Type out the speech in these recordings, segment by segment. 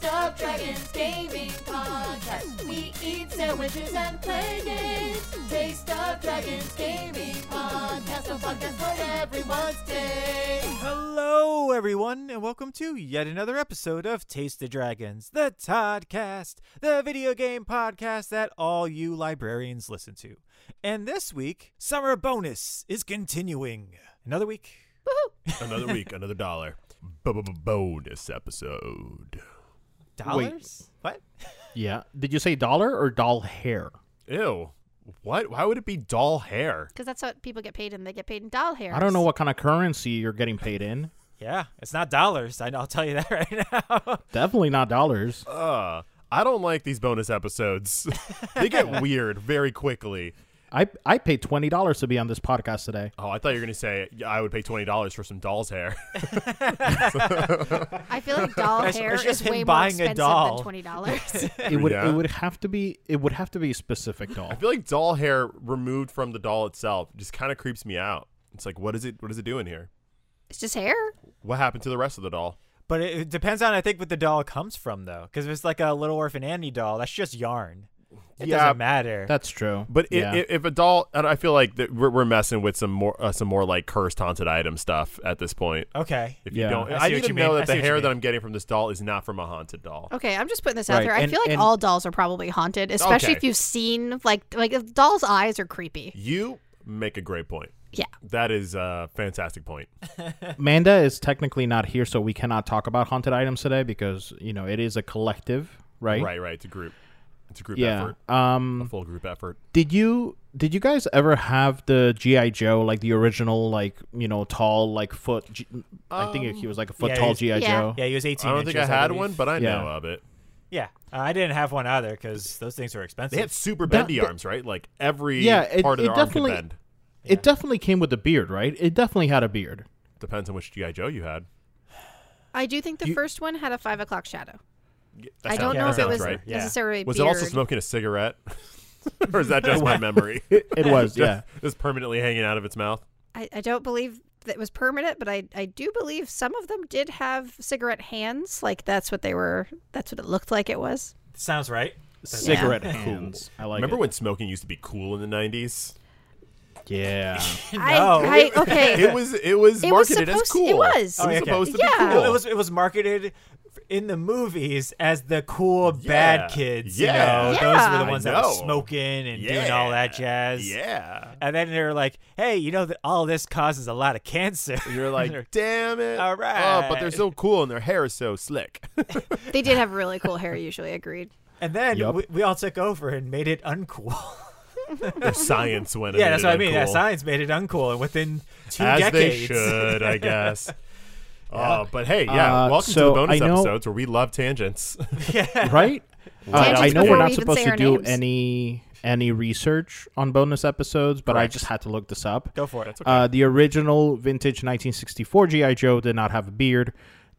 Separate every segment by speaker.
Speaker 1: the Dragons Gaming Podcast. We eat sandwiches and play games. Taste the Dragons Gaming Podcast, a podcast for everyone's day.
Speaker 2: Hello, everyone, and welcome to yet another episode of Taste the Dragons, the Toddcast, the video game podcast that all you librarians listen to. And this week, Summer Bonus is continuing. Another week.
Speaker 3: another week, another dollar. Bonus episode.
Speaker 2: Dollars? What?
Speaker 4: Yeah. Did you say dollar or doll hair?
Speaker 3: Ew. What? Why would it be doll hair?
Speaker 5: Because that's what people get paid in. They get paid in doll hair.
Speaker 4: I don't know what kind of currency you're getting paid in.
Speaker 2: Yeah, it's not dollars. I- I'll tell you that right now.
Speaker 4: Definitely not dollars.
Speaker 3: Uh, I don't like these bonus episodes. they get weird very quickly.
Speaker 4: I I paid twenty dollars to be on this podcast today.
Speaker 3: Oh, I thought you were going to say "Yeah, I would pay $20 for some doll's hair.
Speaker 5: I feel like doll
Speaker 2: It's-
Speaker 5: hair
Speaker 2: it's just
Speaker 5: is
Speaker 2: him
Speaker 5: way more
Speaker 2: buying a
Speaker 5: expensive
Speaker 2: doll.
Speaker 5: than twenty dollars.
Speaker 4: It would
Speaker 3: Yeah.
Speaker 4: it would have to be it would have to be a specific doll.
Speaker 3: I feel like doll hair removed from the doll itself just kind of creeps me out. It's like, what is it? What is it doing here?
Speaker 5: it's just hair.
Speaker 3: What happened to the rest of the doll?
Speaker 2: but it, it depends on, I think, what the doll comes from, though. Because if it's like a Little Orphan Annie doll, that's just yarn. It
Speaker 3: Yeah,
Speaker 2: doesn't matter.
Speaker 4: That's true.
Speaker 3: But i
Speaker 4: yeah.
Speaker 3: i if a doll, and I feel like that we're, we're messing with some more, uh, some more like cursed haunted item stuff at this point.
Speaker 2: okay.
Speaker 3: If
Speaker 4: Yeah.
Speaker 3: you don't,
Speaker 2: I see what
Speaker 3: I, need
Speaker 2: you
Speaker 3: to know
Speaker 2: mean. I
Speaker 3: that
Speaker 2: see
Speaker 3: the
Speaker 2: what you
Speaker 3: hair that
Speaker 2: mean. Oh.
Speaker 3: I'm getting from this doll is not from a haunted doll.
Speaker 5: Okay, I'm just putting this out
Speaker 4: Right,
Speaker 5: there. I
Speaker 4: and-
Speaker 5: feel like
Speaker 4: and-
Speaker 5: all dolls are probably haunted, especially
Speaker 3: Okay.
Speaker 5: if you've seen like like if dolls' eyes are creepy.
Speaker 3: You make a great point.
Speaker 5: Yeah,
Speaker 3: That is a fantastic point.
Speaker 4: Manda is technically not here, so we cannot talk about haunted items today because you know it is a collective, right?
Speaker 3: Right, right. It's a group. It's a group
Speaker 4: Yeah.
Speaker 3: effort. A
Speaker 4: Um.
Speaker 3: full group effort.
Speaker 4: Did you did you guys ever have the GI Joe like the original like you know tall like foot? G- I
Speaker 3: Um,
Speaker 4: think he was like a foot
Speaker 2: yeah,
Speaker 4: tall
Speaker 2: he's-
Speaker 4: GI
Speaker 5: Yeah.
Speaker 4: Joe.
Speaker 2: Yeah, he was 18
Speaker 3: I don't think I
Speaker 2: inches,
Speaker 3: had
Speaker 2: believe.
Speaker 3: one, but I
Speaker 4: Yeah.
Speaker 3: know of it.
Speaker 2: Yeah, uh, I didn't have one either because those things were expensive.
Speaker 3: They had super bendy
Speaker 4: that-
Speaker 3: arms, right? Like every
Speaker 4: Yeah, it-
Speaker 3: part of
Speaker 4: it
Speaker 3: their arm could
Speaker 4: definitely-
Speaker 3: bend.
Speaker 4: It definitely came with a beard, right? It definitely had a beard.
Speaker 3: Depends on which GI Joe you had.
Speaker 5: I do think the first one had a five o'clock shadow.
Speaker 3: That
Speaker 5: I
Speaker 3: sounds-
Speaker 5: don't know
Speaker 3: that
Speaker 5: if it
Speaker 3: sounds
Speaker 5: was
Speaker 3: right.
Speaker 2: Yeah.
Speaker 5: necessarily.
Speaker 3: Was it also
Speaker 5: beard.
Speaker 3: smoking a cigarette, or is that just my memory?
Speaker 4: It was, yeah.
Speaker 3: Just permanently hanging out of its mouth.
Speaker 5: I, I don't believe that it was permanent, but I, I do believe some of them did have cigarette hands. Like that's what they were. That's what it looked like. It was.
Speaker 2: Sounds right.
Speaker 4: Cigarette hands. I like
Speaker 3: Remember
Speaker 4: it.
Speaker 3: when smoking used to be cool in the nineties?
Speaker 4: Yeah.
Speaker 5: I, I okay.
Speaker 3: It was. It was
Speaker 5: It was
Speaker 3: marketed as
Speaker 5: supposed-
Speaker 3: cool.
Speaker 5: it was.
Speaker 2: Oh,
Speaker 3: It was
Speaker 2: yeah, okay.
Speaker 3: supposed to
Speaker 5: Yeah.
Speaker 3: be cool.
Speaker 2: It was it was marketed f- in the movies as the cool bad
Speaker 3: Yeah.
Speaker 2: kids.
Speaker 3: Yeah.
Speaker 2: You know, those were the
Speaker 3: Yeah.
Speaker 2: ones
Speaker 3: I
Speaker 2: that were
Speaker 3: know.
Speaker 2: smoking and doing all that jazz.
Speaker 3: Yeah.
Speaker 2: And then they were like, "Hey, you know that all this causes a lot of cancer."
Speaker 3: And you're like, damn it.
Speaker 2: All
Speaker 3: Oh, but they're
Speaker 2: right.
Speaker 3: so cool and their hair is so slick.
Speaker 5: They did have really cool hair, usually agreed.
Speaker 2: and then
Speaker 4: Yup.
Speaker 2: we, we all took over and made it uncool.
Speaker 3: their science went
Speaker 2: yeah, that's what I mean. Yeah,
Speaker 3: uncool.
Speaker 2: science made it uncool, and within two
Speaker 3: As
Speaker 2: decades,
Speaker 3: they should, I guess. Oh, but hey, yeah.
Speaker 4: Uh,
Speaker 3: welcome to
Speaker 4: so
Speaker 3: the bonus
Speaker 4: I know-
Speaker 3: episodes where we love tangents.
Speaker 4: Right? Uh,
Speaker 5: Tangents
Speaker 4: I know
Speaker 5: before
Speaker 4: we're not
Speaker 5: we even
Speaker 4: supposed
Speaker 5: say
Speaker 4: to
Speaker 5: our
Speaker 4: do
Speaker 5: names.
Speaker 4: any any research on bonus episodes, but I
Speaker 3: Correct.
Speaker 4: just had to look this up.
Speaker 2: go for it.
Speaker 4: Uh, the original vintage 1964 GI Joe did not have a beard.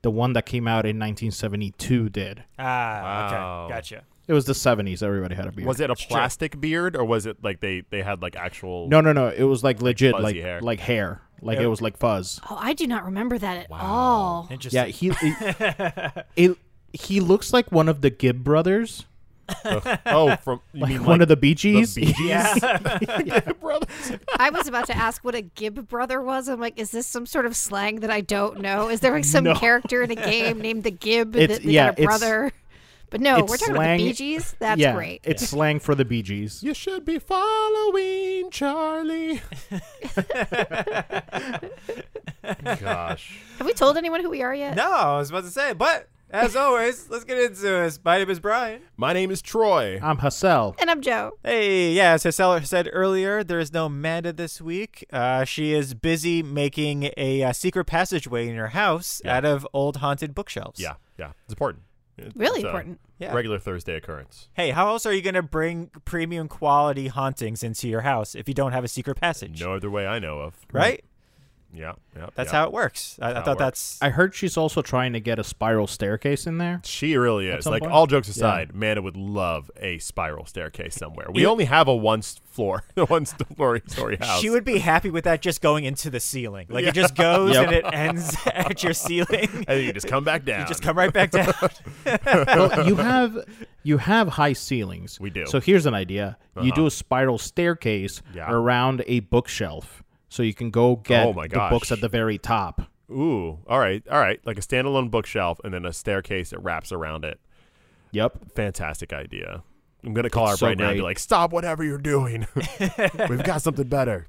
Speaker 4: The one that came out in 1972 did.
Speaker 2: Ah,
Speaker 3: Wow.
Speaker 2: okay, gotcha.
Speaker 4: It was the 70s. Everybody had a beard.
Speaker 3: was it a plastic beard or was it like they they had like actual?
Speaker 4: No, no, no. It was like legit,
Speaker 3: fuzzy
Speaker 4: like
Speaker 3: hair.
Speaker 4: like hair, like
Speaker 2: Yeah.
Speaker 4: it was like fuzz.
Speaker 5: Oh, I do not remember that at all.
Speaker 2: Interesting.
Speaker 4: Yeah, he it, it- he looks like one of the Gibb brothers,
Speaker 3: Oh, from you
Speaker 4: like
Speaker 3: mean
Speaker 4: one
Speaker 3: like
Speaker 4: of the Bee Gees.
Speaker 3: Bee Gees?
Speaker 4: brother.
Speaker 5: I was about to ask what a Gibb brother was. I'm like, is this some sort of slang that I don't know? Is there like some
Speaker 4: No.
Speaker 5: character in a game named the Gibb
Speaker 4: It's-
Speaker 5: that they
Speaker 4: yeah,
Speaker 5: got a
Speaker 4: it's-
Speaker 5: brother? But no,
Speaker 4: it's
Speaker 5: we're talking about the
Speaker 4: slang-
Speaker 5: Bee Gees. That's
Speaker 4: yeah,
Speaker 5: great.
Speaker 4: It's slang for the Bee Gees.
Speaker 3: You should be following Charlie. Gosh.
Speaker 5: Have we told anyone who we are yet?
Speaker 2: No, I was about to say, but as always, let's get into it. My name is Brian.
Speaker 3: My name is Troy.
Speaker 4: I'm Hassel.
Speaker 5: And I'm Joe.
Speaker 2: Hey, yeah, as Hessel said earlier, there is no Amanda this week. Uh, she is busy making a uh, secret passageway in her house
Speaker 3: Yeah.
Speaker 2: out of old haunted bookshelves.
Speaker 3: Yeah, yeah. It's important. It's-
Speaker 5: Really
Speaker 3: it's a
Speaker 5: important.
Speaker 2: Yeah.
Speaker 3: Regular Thursday occurrence.
Speaker 2: Hey, how else are you going to bring premium quality hauntings into your house if you don't have a secret passage?
Speaker 3: No other way I know of.
Speaker 2: Right?
Speaker 3: Yeah, yeah.
Speaker 2: That's
Speaker 3: yeah.
Speaker 2: how it works. I, I
Speaker 3: how it
Speaker 2: thought
Speaker 3: works.
Speaker 2: that's
Speaker 4: I heard she's also trying to get a spiral staircase in there.
Speaker 3: She really is.
Speaker 4: some
Speaker 3: Like
Speaker 4: point.
Speaker 3: all jokes aside, Manda would love a spiral staircase somewhere. We only have a one s- floor, one story story house.
Speaker 2: she would be happy with that just going into the ceiling. Like
Speaker 3: Yeah.
Speaker 2: it just goes
Speaker 4: Yep.
Speaker 2: and it ends at your ceiling.
Speaker 3: And you just come back down.
Speaker 2: You just come right back down.
Speaker 4: well, you have you have high ceilings.
Speaker 3: We do. Uh-huh.
Speaker 4: So here's an idea: you do a spiral staircase
Speaker 3: Yeah.
Speaker 4: around a bookshelf, so you can go get
Speaker 3: Oh my
Speaker 4: the books
Speaker 3: gosh.
Speaker 4: at the very top.
Speaker 3: Ooh, all right, all right. Like a standalone bookshelf and then a staircase that wraps around it.
Speaker 4: Yep.
Speaker 3: Fantastic idea. I'm gonna call her
Speaker 4: so
Speaker 3: right now and be
Speaker 4: great.
Speaker 3: like, "Stop whatever you're doing. We've got something better."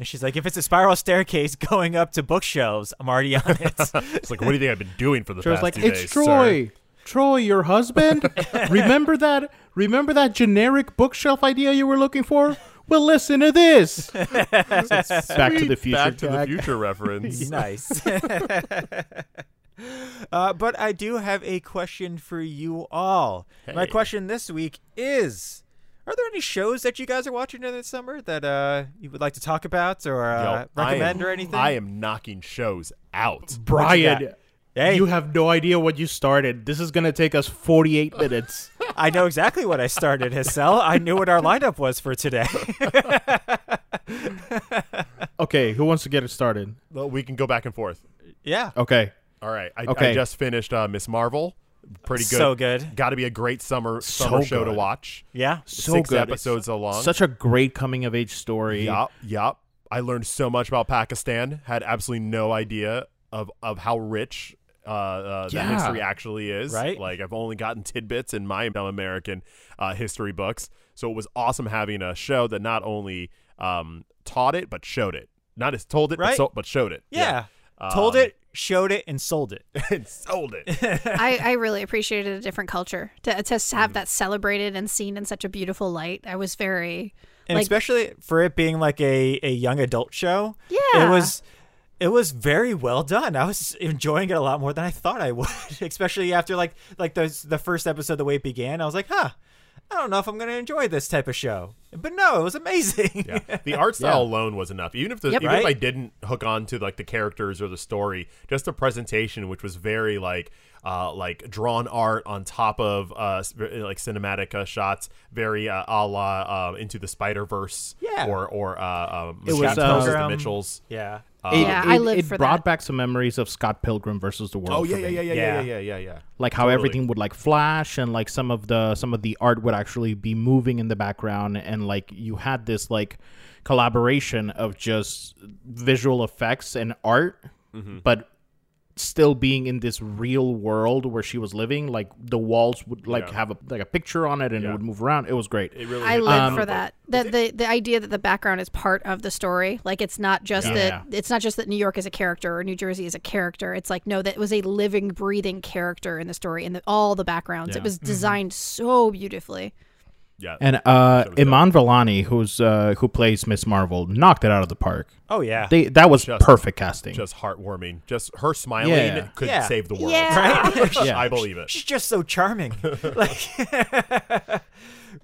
Speaker 2: and she's like, if it's a spiral staircase going up to bookshelves, I'm already on it.
Speaker 3: It's like, what do you think I've been doing for the
Speaker 4: Troy's
Speaker 3: past
Speaker 4: like,
Speaker 3: two
Speaker 4: it's
Speaker 3: days, sir?"
Speaker 4: Troy. Troy, your husband. remember that? Remember that generic bookshelf idea you were looking for? Well, listen to this. Back to the future.
Speaker 3: Back to the
Speaker 4: gag.
Speaker 3: future reference.
Speaker 2: nice. uh, but I do have a question for you all. My
Speaker 3: Hey.
Speaker 2: question this week is: Are there any shows that you guys are watching this summer that uh, you would like to talk about or
Speaker 3: Yo,
Speaker 2: uh,
Speaker 3: I am-
Speaker 2: recommend or anything?
Speaker 3: I am knocking shows out.
Speaker 2: What you
Speaker 4: Brian,
Speaker 2: got? Hey.
Speaker 4: you have no idea what you started. This is gonna take us forty-eight minutes.
Speaker 2: I know exactly what I started, Hassel. I knew what our lineup was for today.
Speaker 4: Okay, who wants to get it started?
Speaker 3: Well, we can go back and forth.
Speaker 2: yeah.
Speaker 4: Okay.
Speaker 3: All right. I, I
Speaker 4: Okay.
Speaker 3: just finished uh, Miss Marvel. Pretty good.
Speaker 2: So good.
Speaker 3: Got to be a great summer summer show to
Speaker 4: good.
Speaker 3: watch.
Speaker 2: Yeah.
Speaker 4: So
Speaker 3: Six
Speaker 4: good.
Speaker 3: episodes along.
Speaker 4: Such a great coming of age story.
Speaker 3: Yup. Yup. I learned so much about Pakistan. Had absolutely no idea of of how rich uh, uh, that
Speaker 4: Yeah.
Speaker 3: history actually is.
Speaker 2: Right.
Speaker 3: Like I've only gotten tidbits in my dumb American uh, history books. So it was awesome having a show that not only um, taught it but showed it. Not as told it,
Speaker 2: Right.
Speaker 3: but, so, but showed it.
Speaker 2: Yeah.
Speaker 3: Yeah.
Speaker 2: Told
Speaker 3: Um,
Speaker 2: it, showed it, and sold it.
Speaker 3: and sold it.
Speaker 5: I, I really appreciated a different culture to, to s- have that celebrated and seen in such a beautiful light. I was very
Speaker 2: And
Speaker 5: like
Speaker 2: especially for it being like a, a young adult show. It
Speaker 5: Yeah.
Speaker 2: was it was very well done. I was enjoying it a lot more than I thought I would. especially after like like the the first episode the way it began. I was like, huh, I don't know if I'm gonna enjoy this type of show. But no, it was amazing.
Speaker 3: yeah. The art style alone was enough. Even if the,
Speaker 5: Yep.
Speaker 3: even if
Speaker 2: Right.
Speaker 3: I didn't hook on to like the characters or the story, just the presentation, which was very like uh, like drawn art on top of uh, s- like cinematic uh, shots, very uh, a la uh, into the Spider Verse,
Speaker 2: Yeah.
Speaker 3: or or uh, um,
Speaker 4: It was,
Speaker 3: Scott
Speaker 4: uh,
Speaker 3: Pilgrim's
Speaker 2: Pilgrim.
Speaker 3: the Mitchells.
Speaker 2: yeah.
Speaker 4: It,
Speaker 5: Yeah, I
Speaker 4: it-
Speaker 5: lived
Speaker 4: it
Speaker 5: for
Speaker 4: brought
Speaker 5: that.
Speaker 4: back some memories of Scott Pilgrim versus the World.
Speaker 3: Oh yeah
Speaker 4: for
Speaker 3: yeah
Speaker 4: me.
Speaker 3: yeah yeah
Speaker 2: Yeah.
Speaker 3: yeah yeah yeah yeah.
Speaker 4: Like how
Speaker 3: Totally.
Speaker 4: everything would like flash and like some of the some of the art would actually be moving in the background and like you had this like collaboration of just visual effects and art,
Speaker 3: Mm-hmm.
Speaker 4: but still being in this real world where she was living. Like the walls would like
Speaker 3: Yeah.
Speaker 4: have a like a picture on it and
Speaker 3: Yeah.
Speaker 4: it would move around. It was great.
Speaker 3: It really
Speaker 5: I
Speaker 3: hit
Speaker 5: live
Speaker 3: the
Speaker 5: for
Speaker 3: note.
Speaker 5: that. The, the the idea that the background is part of the story. Like it's not just
Speaker 4: Yeah.
Speaker 5: that it's not just that New York is a character or New Jersey is a character. It's like no, that was a living, breathing character in the story and the, all the backgrounds. It
Speaker 4: Yeah.
Speaker 5: was
Speaker 3: Mm-hmm.
Speaker 5: designed so beautifully.
Speaker 3: Yeah,
Speaker 4: and uh, Iman Vellani, who's uh, who plays Miss Marvel, knocked it out of the park.
Speaker 2: Oh yeah.
Speaker 4: They that was
Speaker 3: Just-
Speaker 4: perfect casting.
Speaker 3: just heartwarming. Just her smiling
Speaker 4: Yeah.
Speaker 3: could
Speaker 2: Yeah.
Speaker 3: save the world.
Speaker 5: Yeah.
Speaker 4: Yeah.
Speaker 3: I believe it.
Speaker 2: she's just so charming. like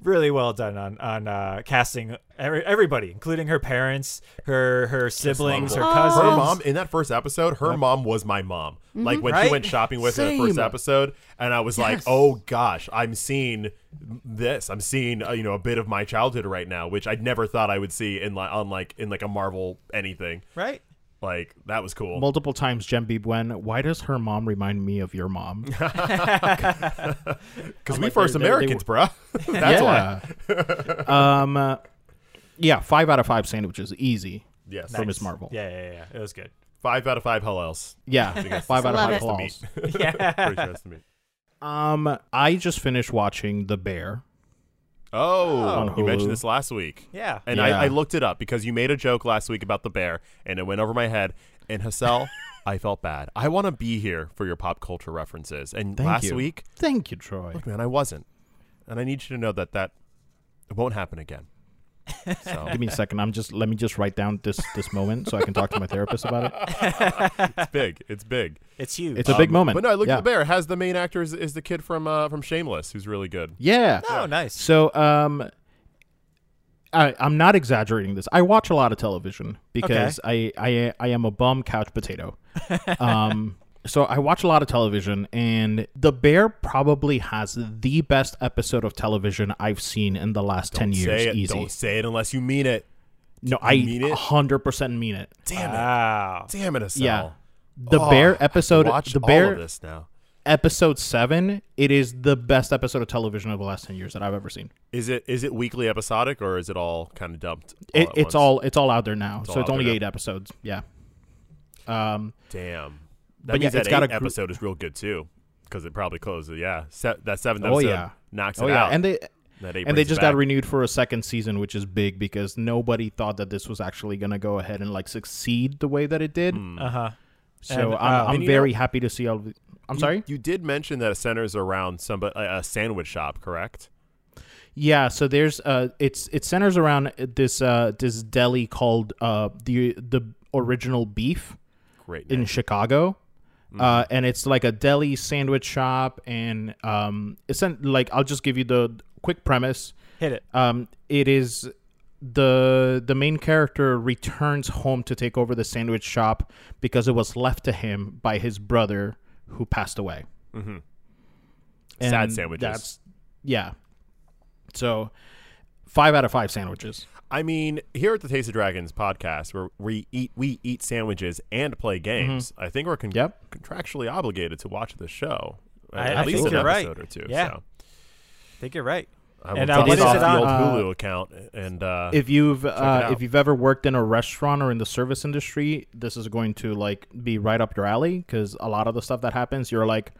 Speaker 2: really well done on on uh, casting every, everybody, including her parents, her her siblings, her
Speaker 3: Unbelievable.
Speaker 2: cousins.
Speaker 3: Her mom in that first episode, her mom was my mom. Like when
Speaker 2: Right?
Speaker 3: she went shopping with her in the first
Speaker 4: Same.
Speaker 3: episode, and I was like, "Oh gosh, I'm seeing this. I'm seeing uh, you know a bit of my childhood right now, which I never thought I would see in like on like in like a Marvel anything.
Speaker 2: Right?
Speaker 3: Like that was cool.
Speaker 4: multiple times Jen B. Buen, why does her mom remind me of your mom?
Speaker 3: Because we first
Speaker 4: they're- they're- they
Speaker 3: Americans, bruh. That's why.
Speaker 4: why. um, uh, yeah, five out of five sandwiches, easy.
Speaker 3: Yes.
Speaker 4: For Miss Marvel.
Speaker 2: Yeah, yeah, yeah, yeah. It was good.
Speaker 3: Five out of five Hellels.
Speaker 4: Yeah, five out of
Speaker 5: Love
Speaker 4: five
Speaker 5: it.
Speaker 4: claws.
Speaker 3: Pretty sure that's the meat.
Speaker 4: Um, I just finished watching The Bear.
Speaker 3: Oh,
Speaker 4: On
Speaker 3: you
Speaker 4: Hulu.
Speaker 3: mentioned this last week.
Speaker 2: Yeah.
Speaker 3: And
Speaker 4: Yeah.
Speaker 3: I, I looked it up because you made a joke last week about the bear, and it went over my head. And Hassel, I felt bad. I want to be here for your pop culture references. And
Speaker 4: Thank
Speaker 3: last
Speaker 4: you.
Speaker 3: week,
Speaker 4: Thank you, Troy.
Speaker 3: look, man, I wasn't. And I need you to know that that it won't happen again. So
Speaker 4: Give me a second. I'm just let me just write down this this moment so I can talk to my therapist about it.
Speaker 3: it's big. It's big.
Speaker 2: It's huge.
Speaker 4: It's a big moment.
Speaker 3: Um, But no, I looked
Speaker 4: yeah.
Speaker 3: at the bear. It has the main actor is, is the kid from uh, from Shameless, who's really good.
Speaker 4: Yeah.
Speaker 2: oh, nice.
Speaker 4: So um I, I'm not exaggerating this. I watch a lot of television because I, I I am a bum couch potato. um, so I watch a lot of television, and The Bear probably has the best episode of television I've seen in the last ten years.
Speaker 3: say it.
Speaker 4: Easy.
Speaker 3: Don't say it unless you mean it.
Speaker 4: no,
Speaker 3: mean
Speaker 4: I
Speaker 3: it?
Speaker 4: hundred percent mean it.
Speaker 3: Damn it.
Speaker 2: Wow.
Speaker 3: Damn it, Estelle.
Speaker 4: Uh, Yeah. The
Speaker 3: Oh, I have
Speaker 4: Bear
Speaker 3: to
Speaker 4: episode.
Speaker 3: Watch
Speaker 4: The
Speaker 3: all of
Speaker 4: Bear
Speaker 3: this now.
Speaker 4: episode seven. It is the best episode of television of the last ten years that I've ever seen.
Speaker 3: Is it is it weekly episodic or is it all kind of dumped?
Speaker 4: It,
Speaker 3: at
Speaker 4: it's
Speaker 3: once?
Speaker 4: all it's all out there now.
Speaker 3: all
Speaker 4: so it's
Speaker 3: out
Speaker 4: only
Speaker 3: there
Speaker 4: eight episodes. Yeah. Um.
Speaker 3: Damn. That
Speaker 4: But
Speaker 3: means
Speaker 4: yeah,
Speaker 3: that
Speaker 4: it's got
Speaker 3: eighth
Speaker 4: a gr-
Speaker 3: episode is real good too, because it probably closes. Yeah, Se- that seventh
Speaker 4: Oh,
Speaker 3: episode
Speaker 4: yeah.
Speaker 3: knocks it
Speaker 4: Oh yeah,
Speaker 3: out.
Speaker 4: and they
Speaker 3: that eight
Speaker 4: and they
Speaker 3: brings it
Speaker 4: just got
Speaker 3: back.
Speaker 4: renewed for a second season, which is big because nobody thought that this was actually gonna go ahead and like succeed the way that it did.
Speaker 2: Uh huh.
Speaker 4: So
Speaker 2: And,
Speaker 4: I'm,
Speaker 2: uh,
Speaker 4: I'm
Speaker 3: And you
Speaker 4: very happy to see all. Of the, I'm
Speaker 3: You-
Speaker 4: sorry.
Speaker 3: You did mention that it centers around some a, a sandwich shop, correct?
Speaker 4: Yeah. So there's uh, it's it centers around this uh this deli called uh the the original beef.
Speaker 3: Great.
Speaker 4: in
Speaker 3: name.
Speaker 4: Chicago. Uh, and it's like a deli sandwich shop, and um, it's an- like I'll just give you the quick premise.
Speaker 2: Hit it.
Speaker 4: Um, it is the the main character returns home to take over the sandwich shop because it was left to him by his brother who passed away. Mm-hmm.
Speaker 3: Sad sandwiches.
Speaker 4: yeah. So, five out of five sandwiches.
Speaker 3: I mean, here at the Taste of Dragons podcast, where we eat we eat sandwiches and play games, I think we're con-
Speaker 4: Mm-hmm. Yep.
Speaker 3: contractually obligated to watch the show.
Speaker 2: I-
Speaker 3: at
Speaker 2: I
Speaker 3: least
Speaker 2: think
Speaker 3: an
Speaker 2: you're right.
Speaker 3: episode or two.
Speaker 2: Yeah.
Speaker 3: So
Speaker 2: I think you're right.
Speaker 3: I will
Speaker 2: And, uh,
Speaker 3: drop
Speaker 2: what
Speaker 3: this
Speaker 2: is
Speaker 3: off
Speaker 2: it
Speaker 3: the
Speaker 2: on?
Speaker 3: old
Speaker 4: Uh,
Speaker 3: Hulu account and uh,
Speaker 4: if you've uh,
Speaker 3: out.
Speaker 4: if you've ever worked in a restaurant or in the service industry, this is going to like be right up your alley because a lot of the stuff that happens, you're like,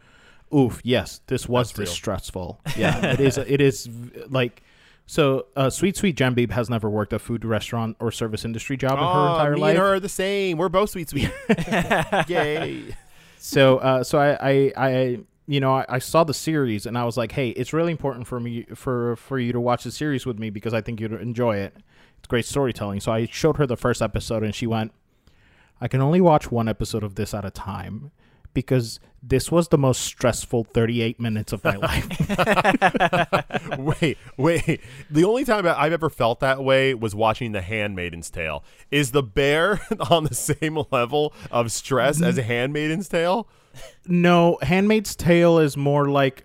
Speaker 4: "Oof, yes, this was distressful." Yeah, it is. It is v- like so. Uh, Sweet Sweet Jambeeb has never worked a food restaurant or service industry job in her
Speaker 3: Aw,
Speaker 4: entire
Speaker 3: Oh, me
Speaker 4: life.
Speaker 3: and her are the same. We're both sweet sweet. Yay.
Speaker 4: so uh, so I, I I you know I, I saw the series and I was like, hey, it's really important for me for for you to watch the series with me because I think you'd enjoy it. It's great storytelling. So I showed her the first episode and she went, I can only watch one episode of this at a time because this was the most stressful 38 minutes of my life.
Speaker 3: wait, wait. The only time I- I've ever felt that way was watching The Handmaiden's Tale. Is the bear on the same level of stress
Speaker 2: Mm-hmm.
Speaker 3: as Handmaiden's Tale?
Speaker 4: no, Handmaid's Tale is more like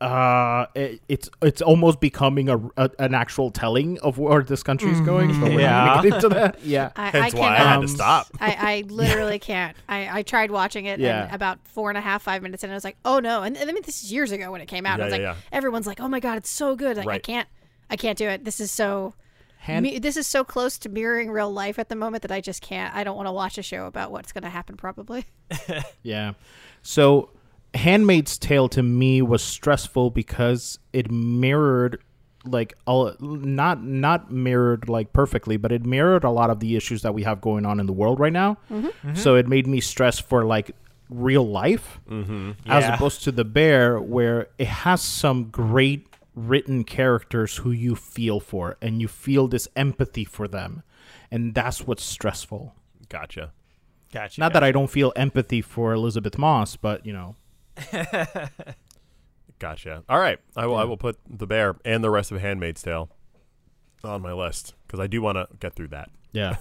Speaker 4: uh it, it's it's almost becoming a, a an actual telling of where this country's going but we're
Speaker 2: Yeah.
Speaker 4: not gonna get into that yeah
Speaker 5: I,
Speaker 3: Hence
Speaker 5: I
Speaker 3: why I had to
Speaker 5: cannot-
Speaker 3: stop.
Speaker 5: I, I literally can't. I, I tried watching it
Speaker 4: Yeah.
Speaker 5: and about four and a half, five minutes in, I was like, oh no. And, and I mean, this is years ago when it came out. and
Speaker 3: Yeah,
Speaker 5: I was
Speaker 3: yeah,
Speaker 5: like,
Speaker 3: yeah.
Speaker 5: everyone's like, oh my God, it's so good. Like, I
Speaker 3: Right.
Speaker 5: can't, I can't do it. This is so,
Speaker 4: Hand-
Speaker 5: me- this is so close to mirroring real life at the moment that I just can't. I don't want to watch a show about what's going to happen probably.
Speaker 4: Yeah. So Handmaid's Tale to me was stressful because it mirrored like all not not mirrored like perfectly, but it mirrored a lot of the issues that we have going on in the world right now. So it made me stress for like real life as
Speaker 2: Yeah.
Speaker 4: opposed to the bear where it has some great written characters who you feel for and you feel this empathy for them and that's what's stressful
Speaker 3: Gotcha.
Speaker 2: Gotcha.
Speaker 4: not that I don't feel empathy for Elizabeth Moss, but you know,
Speaker 3: Gotcha. All right. I will I will put the bear and the rest of Handmaid's Tale on my list because I do want to get through that.
Speaker 4: yeah,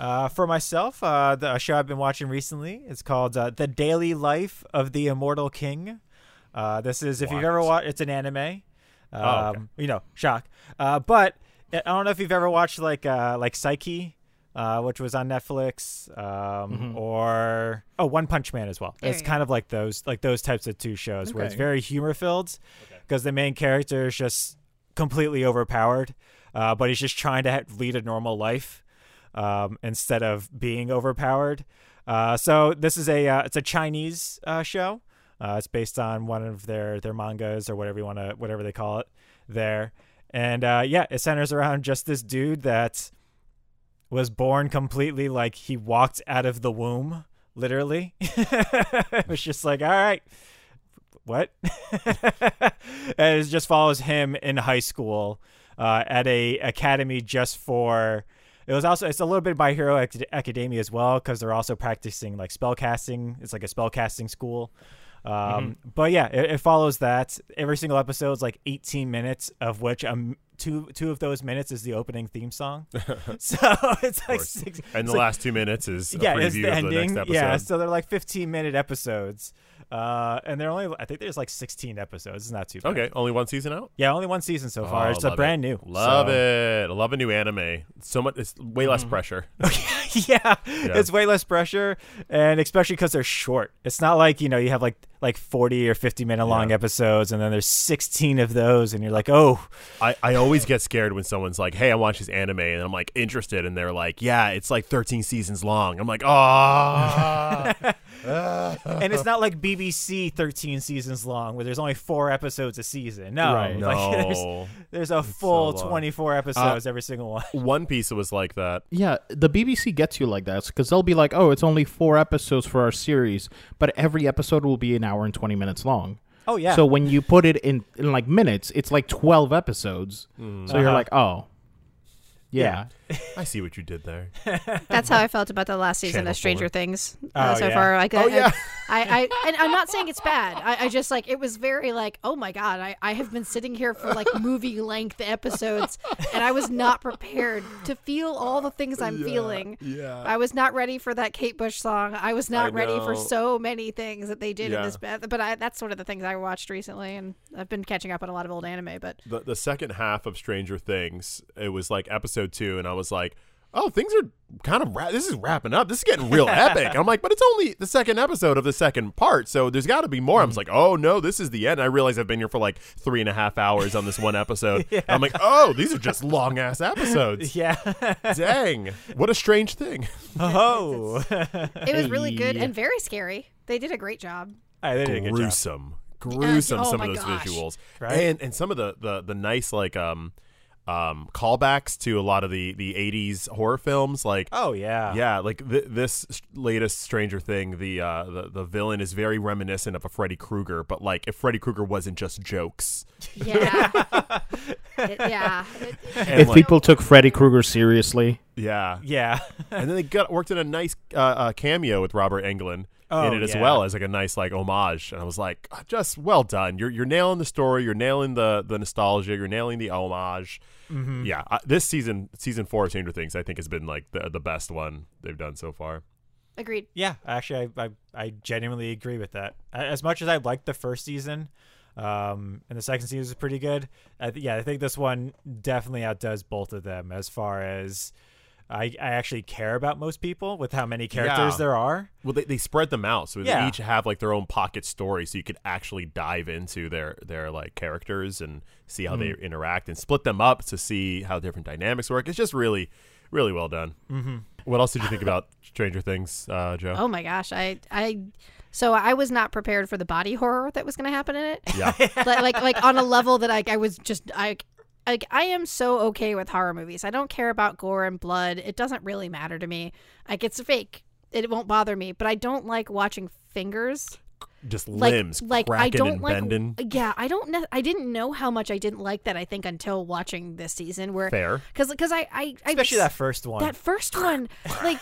Speaker 2: Uh, for myself, uh, the a show I've been watching recently it's called uh, "The Daily Life of the Immortal King." Uh, this is if you've ever
Speaker 3: What?
Speaker 2: watched, it's an anime. Um,
Speaker 3: okay.
Speaker 2: You know, shock. Uh, but I don't know if you've ever watched like uh, like Psyche, uh, which was on Netflix, um, or oh, One Punch Man as well.
Speaker 5: There
Speaker 2: it's
Speaker 5: you
Speaker 2: kind of like those like those types of two shows where it's
Speaker 4: Okay.
Speaker 2: very humor filled because the main character is just completely overpowered, uh, but he's just trying to ha- lead a normal life um, instead of being overpowered. Uh, so this is a uh, it's a Chinese uh, show. Uh, it's based on one of their their mangas or whatever you want to whatever they call it there, and uh, yeah, it centers around just this dude that was born completely like he walked out of the womb literally. it was just like all right. What? and it just follows him in high school uh, at a academy just for it was also it's a little bit by Hero Ac- Academia as well because they're also practicing like spellcasting. It's like a spellcasting school. Um, But yeah, it, it follows that every single episode is like 18 minutes, of which um, two two of those minutes is the opening theme song. so it's like
Speaker 3: course.
Speaker 2: six,
Speaker 3: And
Speaker 2: it's like-
Speaker 3: the last two minutes is a
Speaker 2: yeah,
Speaker 3: preview
Speaker 2: it's the
Speaker 3: of
Speaker 2: ending.
Speaker 3: the next episode.
Speaker 2: Yeah, so they're like 15 minute episodes. Uh, and they're only I think there's like 16 episodes. It's not too bad.
Speaker 3: okay, only one season out.
Speaker 2: Yeah, only one season so far.
Speaker 3: Oh,
Speaker 2: it's a
Speaker 3: love
Speaker 2: brand
Speaker 3: it.
Speaker 2: new.
Speaker 3: Love
Speaker 2: so- Mm-hmm.
Speaker 3: it. I love a new anime. So much. It's way less pressure.
Speaker 2: yeah, it's way less pressure, and especially because they're short. It's not like you know you have like like 40 or 50 minute long episodes, and then there's 16 of those, and you're like, oh,
Speaker 3: I, I always get scared when someone's like, "Hey, I watch this anime," and I'm like interested, and they're like, "Yeah, it's like 13 seasons long." I'm like, "Ah."
Speaker 2: and it's not like BBC 13 seasons long where there's only four episodes a season. No,
Speaker 4: Right.
Speaker 2: like,
Speaker 3: Oh, No.
Speaker 2: there's, there's a full
Speaker 3: long. Uh,
Speaker 2: 24 episodes every single one.
Speaker 3: One Piece was like that.
Speaker 4: Yeah, the BBC gets you like that because they'll be like, "Oh, it's only four episodes for our series, but every episode will be an hour and twenty minutes long."
Speaker 2: Oh yeah.
Speaker 4: So when you put it in, in like minutes, it's like twelve episodes. So you're
Speaker 2: Uh-huh.
Speaker 4: like, "Oh, yeah,
Speaker 3: I see what you did there.
Speaker 5: That's how I felt about the last season
Speaker 3: Channel
Speaker 5: of Stranger
Speaker 3: four.
Speaker 5: Things uh,
Speaker 2: Oh,
Speaker 5: so
Speaker 2: yeah.
Speaker 5: far. Like, I,
Speaker 3: Oh, yeah.
Speaker 5: I, I, and I'm not saying it's bad. I, I just like it was very like, oh my god, I, I have been sitting here for like movie length episodes, and I was not prepared to feel all the things I'm feeling.
Speaker 3: yeah.
Speaker 5: I was not ready for that Kate Bush song. I was not
Speaker 3: I
Speaker 5: ready for
Speaker 3: know.
Speaker 5: so many things that they did
Speaker 3: Yeah.
Speaker 5: in this. But but I, that's one of the things I watched recently, and I've been catching up on a lot of old anime. But
Speaker 3: The the second half of Stranger Things, it was like episode two, and I was like, "Oh, things are kind of ra- this is wrapping up. This is getting real epic." I'm like, "But it's only the second episode of the second part, so there's got to be more." I was
Speaker 2: Mm.
Speaker 3: like, "Oh no, this is the end." I realize I've been here for like three and a half hours on this one episode. I'm like, "Oh, these are just long ass episodes."
Speaker 2: yeah.
Speaker 3: Dang, what a strange thing.
Speaker 2: oh.
Speaker 5: it was really good
Speaker 4: Hey.
Speaker 5: and very scary. They did a great job.
Speaker 2: All right, they did a good job.
Speaker 3: gruesome, gruesome.
Speaker 5: Uh, oh
Speaker 3: some
Speaker 5: my
Speaker 3: of those
Speaker 5: gosh.
Speaker 3: visuals,
Speaker 2: Right?
Speaker 3: and and some of the the the nice like um um callbacks to a lot of the the '80s horror films, like.
Speaker 2: Oh yeah.
Speaker 3: Yeah, like th- this s- latest Stranger Thing, the, uh, the the villain is very reminiscent of a Freddy Krueger, but like if Freddy Krueger wasn't just jokes,
Speaker 5: Yeah. It- yeah. It-
Speaker 3: and
Speaker 4: if
Speaker 3: like,
Speaker 4: people took Freddy Krueger seriously,
Speaker 3: yeah,
Speaker 2: Yeah.
Speaker 3: and then they got worked in a nice uh, uh, cameo with Robert Englund
Speaker 2: Oh,
Speaker 3: in it as
Speaker 2: yeah.
Speaker 3: well as like a nice like homage. And I was like, "Ah, just well done. You're you're nailing the story. You're nailing the the nostalgia. You're nailing the homage. Yeah, I, this season season four of Stranger Things I think has been like the the best one they've done so far.
Speaker 5: Agreed.
Speaker 2: Yeah, actually, I, I I genuinely agree with that. A- As much as I liked the first season, um, and the second season was pretty good. I th- yeah, I think this one definitely outdoes both of them as far as I I actually care about most people with how many characters
Speaker 3: Yeah.
Speaker 2: there are.
Speaker 3: Well, they, they spread them out so
Speaker 2: Yeah.
Speaker 3: they each have like their own pocket story, so you could actually dive into their their like characters and see how they interact and split them up to see how different dynamics work. It's just really, really well done. Mm-hmm. What else did you think about Stranger Things, uh, Joe?
Speaker 5: Oh my gosh, I I so I was not prepared for the body horror that was going to happen in it.
Speaker 3: Yeah,
Speaker 5: like, like like on a level that I I was just I like I am so okay with horror movies. I don't care about gore and blood. It doesn't really matter to me. Like it's fake. It won't bother me, but I don't like watching fingers.
Speaker 3: just
Speaker 5: Like
Speaker 3: limbs
Speaker 5: like
Speaker 3: cracking
Speaker 5: I don't
Speaker 3: and
Speaker 5: like
Speaker 3: bending.
Speaker 5: yeah, I don't know I didn't know how much I didn't like that I think until watching this season where
Speaker 3: Fair.
Speaker 5: cuz cuz I I I-
Speaker 2: Especially that first one.
Speaker 5: that first one, like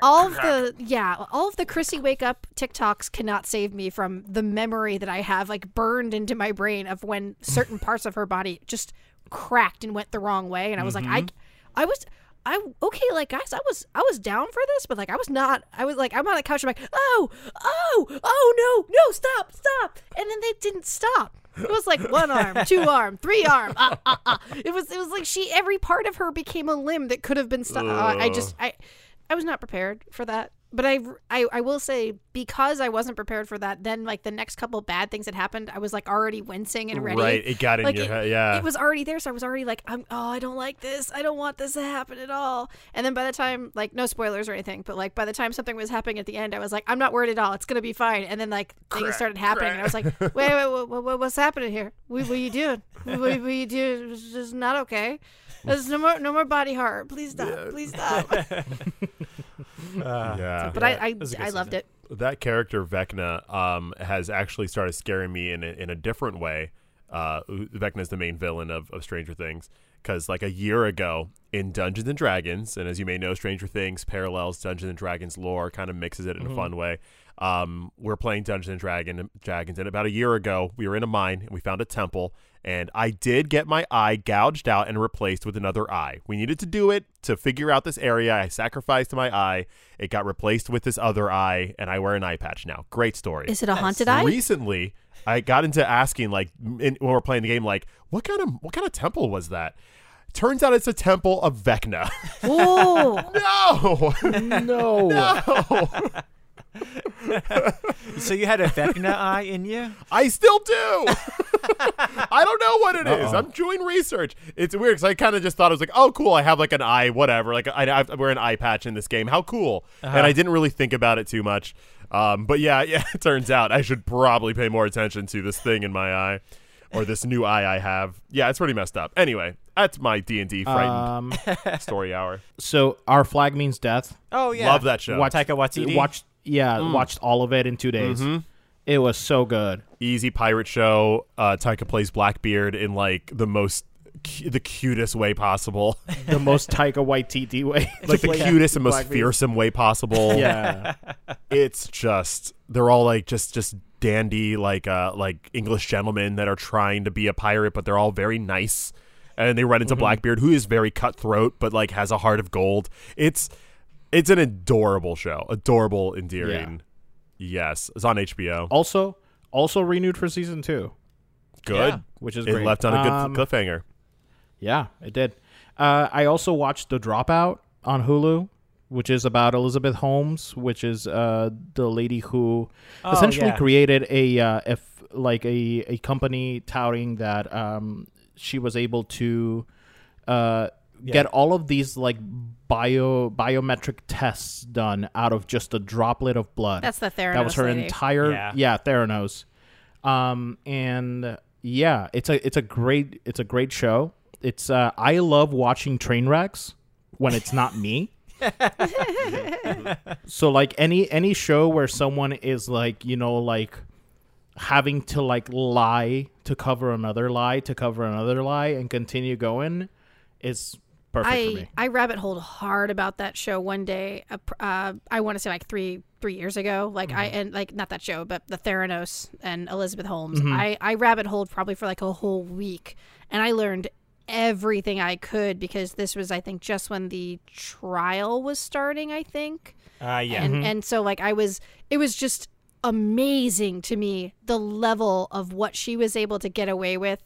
Speaker 5: all of the yeah, all of the Chrissy wake up TikToks cannot save me from the memory that I have like burned into my brain of when certain parts of her body just cracked and went the wrong way, and I was like, I, I was. I okay, like guys, I was I was down for this, but like I was not. I was like I'm on the couch. I'm like, oh, oh, oh no, no, stop, stop, and then they didn't stop. It was like one arm, two arm, three arm. Ah, ah, ah. It was it was like she every part of her became a limb that could have been stopped. I just I I was not prepared for that. But I, I I will say because I wasn't prepared for that, then like the next couple bad things that happened, I was like already wincing and ready.
Speaker 3: Right, it got in
Speaker 5: Like,
Speaker 3: your
Speaker 5: it-
Speaker 3: head. Yeah,
Speaker 5: It was already there, so I was already like, I'm, oh, I don't like this. I don't want this to happen at all. And then by the time, like, no spoilers or anything, but like by the time something was happening at the end, I was like, I'm not worried at all. It's gonna be fine. And then like things started happening, and I was like, wait, wait, wait, wait, wait, what's happening here? What, what are you doing? What, what are you doing? This is not okay. There's no more, no more body horror. Please stop. Please stop.
Speaker 2: Uh,
Speaker 3: yeah.
Speaker 5: But I, I,
Speaker 2: was a good
Speaker 5: I loved
Speaker 2: season.
Speaker 5: it.
Speaker 3: that character Vecna um, has actually started scaring me in a, in a different way. Uh, Vecna is the main villain of, of Stranger Things because like a year ago in Dungeons and Dragons, and as you may know, Stranger Things parallels Dungeons and Dragons lore, kind of mixes it in a fun way. Um, we're playing Dungeons and Dragon, Dragons, and about a year ago, we were in a mine and we found a temple, and I did get my eye gouged out and replaced with another eye. We needed to do it to figure out this area. I sacrificed my eye; it got replaced with this other eye, and I wear an eye patch now. Great story.
Speaker 5: Is it a haunted eye?
Speaker 3: Recently, I got into asking like m- in, when we're playing the game, like what kind of what kind of temple was that? Turns out it's a temple of Vecna.
Speaker 5: Ooh.
Speaker 3: no,
Speaker 4: No.
Speaker 2: So you had a Vecna eye in you?
Speaker 3: I still do. I don't know what it is. I'm doing research. It's weird because I kind of just thought it was like, oh, cool. I have like an eye, whatever. Like I, I wear an eye patch in this game. How cool! And I didn't really think about it too much. Um, but yeah, yeah. It turns out I should probably pay more attention to this thing in my eye, or this new eye I have. Yeah, it's pretty messed up. Anyway, that's my D and D frightened
Speaker 4: Um,
Speaker 3: story hour.
Speaker 4: so our flag means death. uh,
Speaker 2: Oh yeah.
Speaker 3: Love that show.
Speaker 2: What- Taika Waititi?
Speaker 4: Watched yeah, watched all of it in two days. It was so good.
Speaker 3: Easy pirate show. Uh, Taika plays Blackbeard in like the most cu- the cutest way possible.
Speaker 4: The most Taika Waititi way.
Speaker 3: like the
Speaker 4: Like,
Speaker 3: cutest and most
Speaker 4: Blackbeard.
Speaker 3: fearsome way possible.
Speaker 4: yeah.
Speaker 3: it's just they're all like just just dandy like uh like English gentlemen that are trying to be a pirate, but they're all very nice. And they run into Blackbeard, who is very cutthroat, but like has a heart of gold. It's it's an adorable show, adorable, endearing. Yes, it's on HBO.
Speaker 4: Also, also renewed for season two,
Speaker 3: good,
Speaker 2: Yeah.
Speaker 4: which is
Speaker 3: it
Speaker 4: great.
Speaker 3: left on a good
Speaker 4: Um,
Speaker 3: cliffhanger.
Speaker 4: Yeah, it did. Uh, I also watched The Dropout on Hulu, which is about Elizabeth Holmes, which is uh, the lady who
Speaker 2: Oh,
Speaker 4: essentially
Speaker 2: yeah.
Speaker 4: created a, uh, a f- like a, a company touting that um, she was able to uh, get all of these like bio biometric tests done out of just a droplet of blood.
Speaker 5: That's the Theranos.
Speaker 4: That was her
Speaker 5: lady.
Speaker 4: entire
Speaker 2: Yeah.
Speaker 4: yeah. Theranos. Um and yeah, it's a it's a great it's a great show. It's uh I love watching train wrecks when it's not me. so like any any show where someone is like, you know, like having to like lie to cover another lie to cover another lie and continue going is perfect for
Speaker 5: I,
Speaker 4: me.
Speaker 5: I rabbit holed hard about that show one day. uh, pr- Uh, I want to say like three three years ago. Like
Speaker 4: Mm-hmm.
Speaker 5: I and like not that show, but the Theranos and Elizabeth Holmes.
Speaker 4: Mm-hmm.
Speaker 5: I I rabbit holed probably for like a whole week, and I learned everything I could because this was I think just when the trial was starting. I think
Speaker 2: Uh, yeah.
Speaker 5: and and so like I was it was just amazing to me the level of what she was able to get away with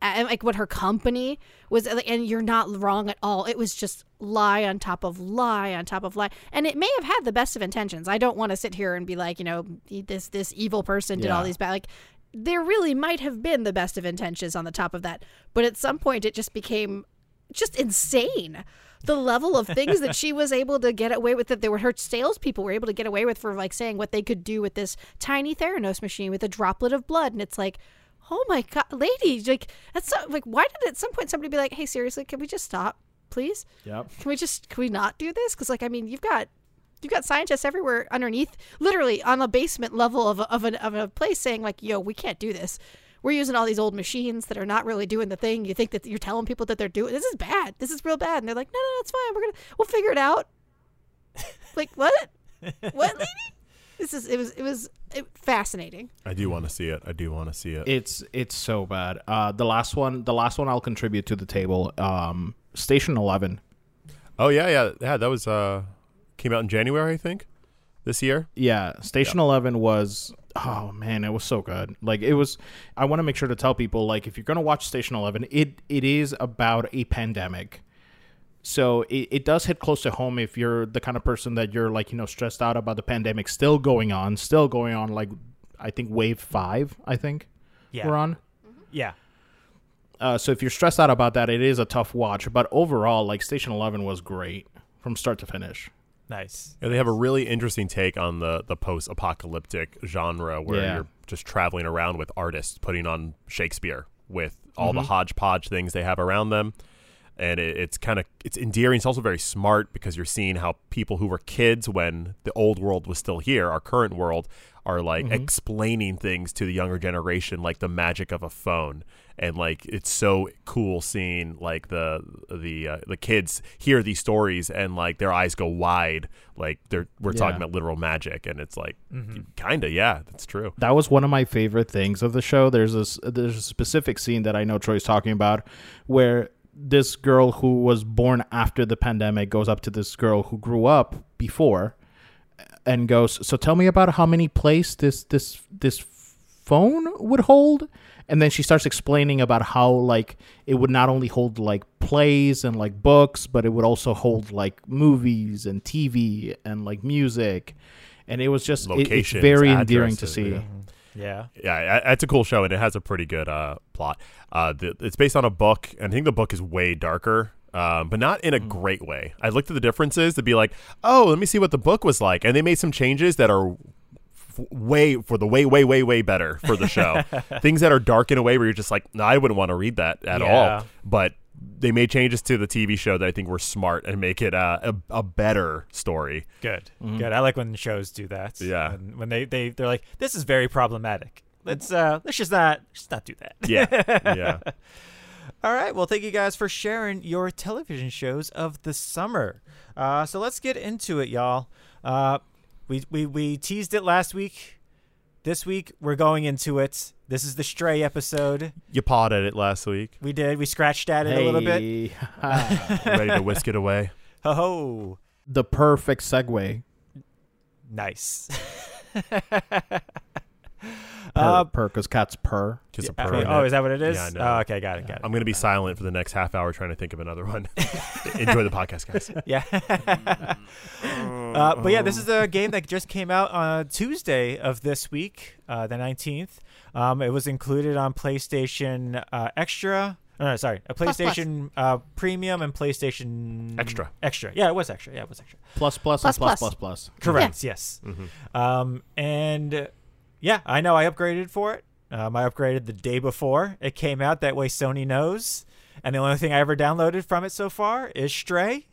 Speaker 5: and like what her company was like, and you're not wrong at all it was just lie on top of lie on top of lie and it may have had the best of intentions i don't want to sit here and be like you know this this evil person did all
Speaker 4: Yeah.
Speaker 5: these bad like there really might have been the best of intentions on the top of that but at some point it just became just insane the level of things that she was able to get away with that they were her salespeople were able to get away with for like saying what they could do with this tiny theranos machine with a droplet of blood and it's like oh my god lady like that's so, like why did at some point somebody be like hey seriously can we just stop please
Speaker 4: Yep.
Speaker 5: can we just can we not do this because like i mean you've got you've got scientists everywhere underneath literally on a basement level of a, of, an, of a place saying like yo we can't do this we're using all these old machines that are not really doing the thing you think that you're telling people that they're doing this is bad this is real bad and they're like no no no it's fine we're gonna we'll figure it out like what what lady this is it was it was it, fascinating
Speaker 3: I do want to see it. I do want to see mm-hmm. it.
Speaker 4: It's it's so bad. Uh, the last one, the last one, I'll contribute to the table. Um, Station Eleven.
Speaker 3: oh yeah, yeah, yeah. That was uh came out in January, I think, this year.
Speaker 4: Yeah, Station Eleven was. Oh man, it was so good. Like it was. I want to make sure to tell people like if you're gonna watch Station Eleven, it it is about a pandemic. So it, it does hit close to home if you're the kind of person that you're like you know stressed out about the pandemic still going on, still going on. Like I think wave five. I think
Speaker 2: Yeah.
Speaker 4: we're on.
Speaker 2: Yeah.
Speaker 4: Uh, so if you're stressed out about that, it is a tough watch. But overall, like Station Eleven was great from start to finish.
Speaker 2: Nice.
Speaker 3: Yeah, they have a really interesting take on the the post apocalyptic genre where
Speaker 4: Yeah.
Speaker 3: you're just traveling around with artists putting on Shakespeare with all the hodgepodge things they have around them. and it, it's kind of it's endearing. It's also very smart because you're seeing how people who were kids when the old world was still here, our current world, are like explaining things to the younger generation, like the magic of a phone, and like it's so cool seeing like the the uh, the kids hear these stories and like their eyes go wide, like they're we're talking
Speaker 4: Yeah.
Speaker 3: about literal magic, and it's like kind of yeah, that's true.
Speaker 4: that was one of my favorite things of the show. There's this there's a specific scene that I know Troy's talking about where this girl who was born after the pandemic goes up to this girl who grew up before and goes, "So tell me about how many plays this this this phone would hold." And then she starts explaining about how like it would not only hold like plays and like books, but it would also hold like movies and TV and like music. And it was just it- it's
Speaker 3: Locations,
Speaker 4: very endearing to
Speaker 3: addresses,
Speaker 4: see.
Speaker 3: yeah.
Speaker 2: Yeah.
Speaker 3: yeah, I- I- it's a cool show and it has a pretty good uh, plot. Uh, the, it's based on a book, and I think the book is way darker, um, but not
Speaker 2: Mm.
Speaker 3: in a great way. I looked at the differences to be like, oh, let me see what the book was like, and they made some changes that are f- way for the way way way way better for the show. Things that are dark in a way where you're just like, no, I wouldn't want to read that at
Speaker 2: Yeah.
Speaker 3: all. But they made changes to the TV show that I think were smart and make it uh, a, a better story.
Speaker 2: Good. Good. I like when shows do that.
Speaker 3: Yeah.
Speaker 2: When, when they they they're like, this is very problematic. Let's uh let's just not just not do that.
Speaker 3: Yeah, yeah.
Speaker 2: All right. Well, thank you guys for sharing your television shows of the summer. Uh, so let's get into it, y'all. Uh, we, we, we teased it last week. This week, we're going into it. This is the Stray episode.
Speaker 3: You pawed at it last week,
Speaker 2: We did. We scratched at it a little bit.
Speaker 4: bit.
Speaker 3: ready to whisk it away.
Speaker 2: Oh,
Speaker 4: Uh, the perfect segue.
Speaker 2: nice.
Speaker 4: Purr,
Speaker 2: Uh,
Speaker 4: purr, 'cause cats purr.
Speaker 3: Kiss a purr.
Speaker 2: Okay.
Speaker 3: in
Speaker 2: Oh,
Speaker 3: it.
Speaker 2: is that what it is?
Speaker 3: Yeah, I know.
Speaker 2: oh, okay. Got it. Got it.
Speaker 3: I'm going to be silent for the next half hour trying to think of another one. Enjoy the podcast, guys.
Speaker 2: Yeah. uh, but yeah, this is a game that just came out on Tuesday of this week, uh, the 19th. Um, it was included on PlayStation uh, Extra. No, no, sorry, a
Speaker 5: Plus, plus.
Speaker 2: PlayStation Uh, Premium and PlayStation
Speaker 3: Extra.
Speaker 2: Extra. Yeah, it was extra. Yeah, it was extra.
Speaker 4: Plus, plus,
Speaker 5: Plus,
Speaker 4: plus, plus,
Speaker 5: plus.
Speaker 4: plus, plus.
Speaker 2: Correct. Yes. Um, and uh, yeah, I know I upgraded for it. Um, I upgraded the day before it came out. That way, Sony knows. And the only thing I ever downloaded from it so far is Stray.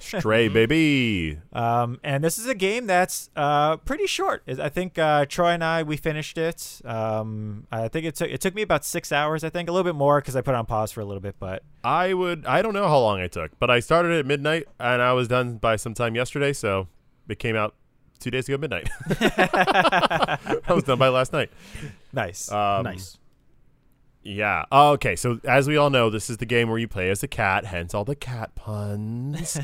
Speaker 3: Stray, baby.
Speaker 2: Um, and this is a game that's uh, pretty short. Is- I think uh, Troy and I we finished it. Um, I think it took it took me about six hours. I think a little bit more because I put it on pause for a little bit. But
Speaker 3: I would, I don't know how long I took, but I started at midnight and I was done by sometime yesterday. So it came out two days ago, midnight. I was done by last night.
Speaker 2: nice.
Speaker 3: Um,
Speaker 4: nice.
Speaker 3: Yeah. Oh, okay. So as we all know, this is the game where you play as a cat, hence all the cat puns.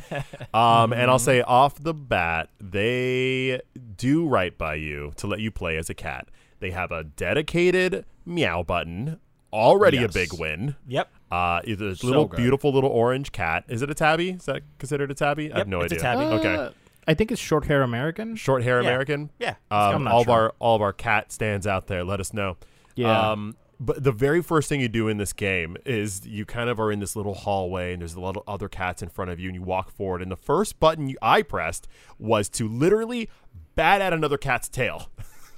Speaker 3: um, and
Speaker 2: Mm-hmm.
Speaker 3: I'll say off the bat, they do right by you to let you play as a cat. They have a dedicated meow button. Already a
Speaker 4: Yes.
Speaker 3: big win.
Speaker 2: yep.
Speaker 3: Uh, is this
Speaker 4: So
Speaker 3: little
Speaker 4: good.
Speaker 3: beautiful little orange cat. Is it a tabby? Is that considered a tabby? I
Speaker 2: Yep,
Speaker 3: have no
Speaker 2: it's a
Speaker 3: idea.
Speaker 2: tabby.
Speaker 3: okay.
Speaker 4: Uh, I think it's short hair American.
Speaker 3: Short hair
Speaker 2: Yeah.
Speaker 3: American.
Speaker 2: Yeah.
Speaker 4: I'm
Speaker 3: Um,
Speaker 4: not
Speaker 3: all of
Speaker 4: sure.
Speaker 3: our all of our cat stands out there. Let us know.
Speaker 4: Yeah.
Speaker 3: Um, but the very first thing you do in this game is you kind of are in this little hallway and there's a lot of other cats in front of you and you walk forward and the first button you, I pressed was to literally bat at another cat's tail.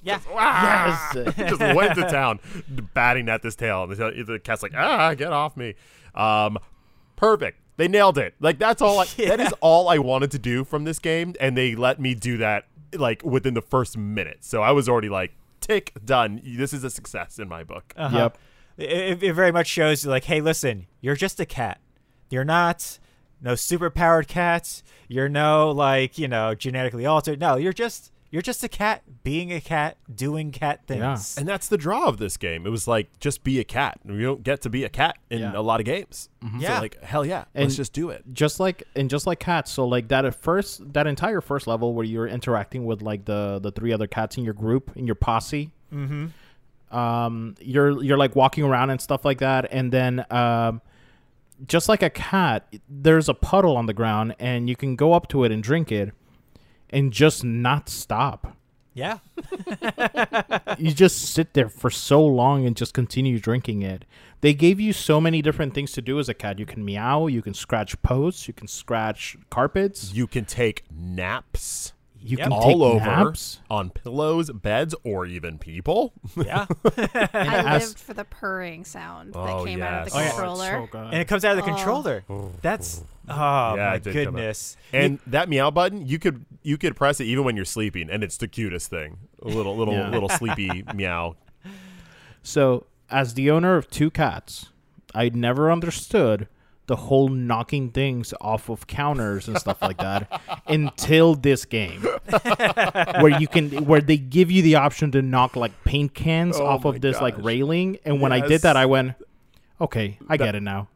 Speaker 2: Yeah.
Speaker 4: ah! Yes.
Speaker 3: just went to town batting at this tail and the, the cat's like ah get off me um perfect they nailed it like that's all I, that is all i wanted to do from this game and they let me do that like within the first minute so i was already like tick done this is a success in my book
Speaker 4: Yep.
Speaker 2: It, it very much shows you like, hey, listen, you're just a cat. You're not no superpowered cat. You're no like you know genetically altered. No, you're just you're just a cat being a cat doing cat
Speaker 4: Yeah.
Speaker 2: things.
Speaker 3: and that's the draw of this game it was like just be a cat you don't get to be a cat in
Speaker 4: Yeah. Mm-hmm.
Speaker 3: a lot of games
Speaker 2: Yeah.
Speaker 3: so like hell yeah
Speaker 4: And-
Speaker 3: let's just do it
Speaker 4: Just like and just like cats, so like that at first, that entire first level where you're interacting with like the the three other cats in your group in your posse. Mm-hmm. Um, you're you're like walking around and stuff like that, and then um, just like a cat, there's a puddle on the ground, and you can go up to it and drink it, and just not stop.
Speaker 2: Yeah.
Speaker 4: you just sit there for so long and just continue drinking it. They gave you so many different things to do as a cat. You can meow, you can scratch posts, you can scratch carpets.
Speaker 3: you can take naps
Speaker 4: You
Speaker 2: Yep.
Speaker 4: can take
Speaker 3: all over
Speaker 4: naps.
Speaker 3: on pillows, beds, or even people.
Speaker 2: Yeah.
Speaker 5: I
Speaker 4: has-
Speaker 5: lived for the purring sound
Speaker 3: Oh,
Speaker 5: that came out of the
Speaker 3: yes. Oh, yeah.
Speaker 5: controller.
Speaker 2: and it comes out of the controller. That's oh my
Speaker 3: it did come out.
Speaker 2: goodness.
Speaker 3: And that meow button, you could you could press it even when you're sleeping, and it's the cutest thing. A little little
Speaker 4: Yeah.
Speaker 3: little sleepy meow.
Speaker 4: So, as the owner of two cats, I never understood the whole knocking things off of counters and stuff like that until this game, where you can where they give you the option to knock like paint cans
Speaker 3: Oh
Speaker 4: off
Speaker 3: my
Speaker 4: of this like
Speaker 3: gosh.
Speaker 4: railing. And when I did
Speaker 3: Yes.
Speaker 4: that, I went, "Okay, I get it now."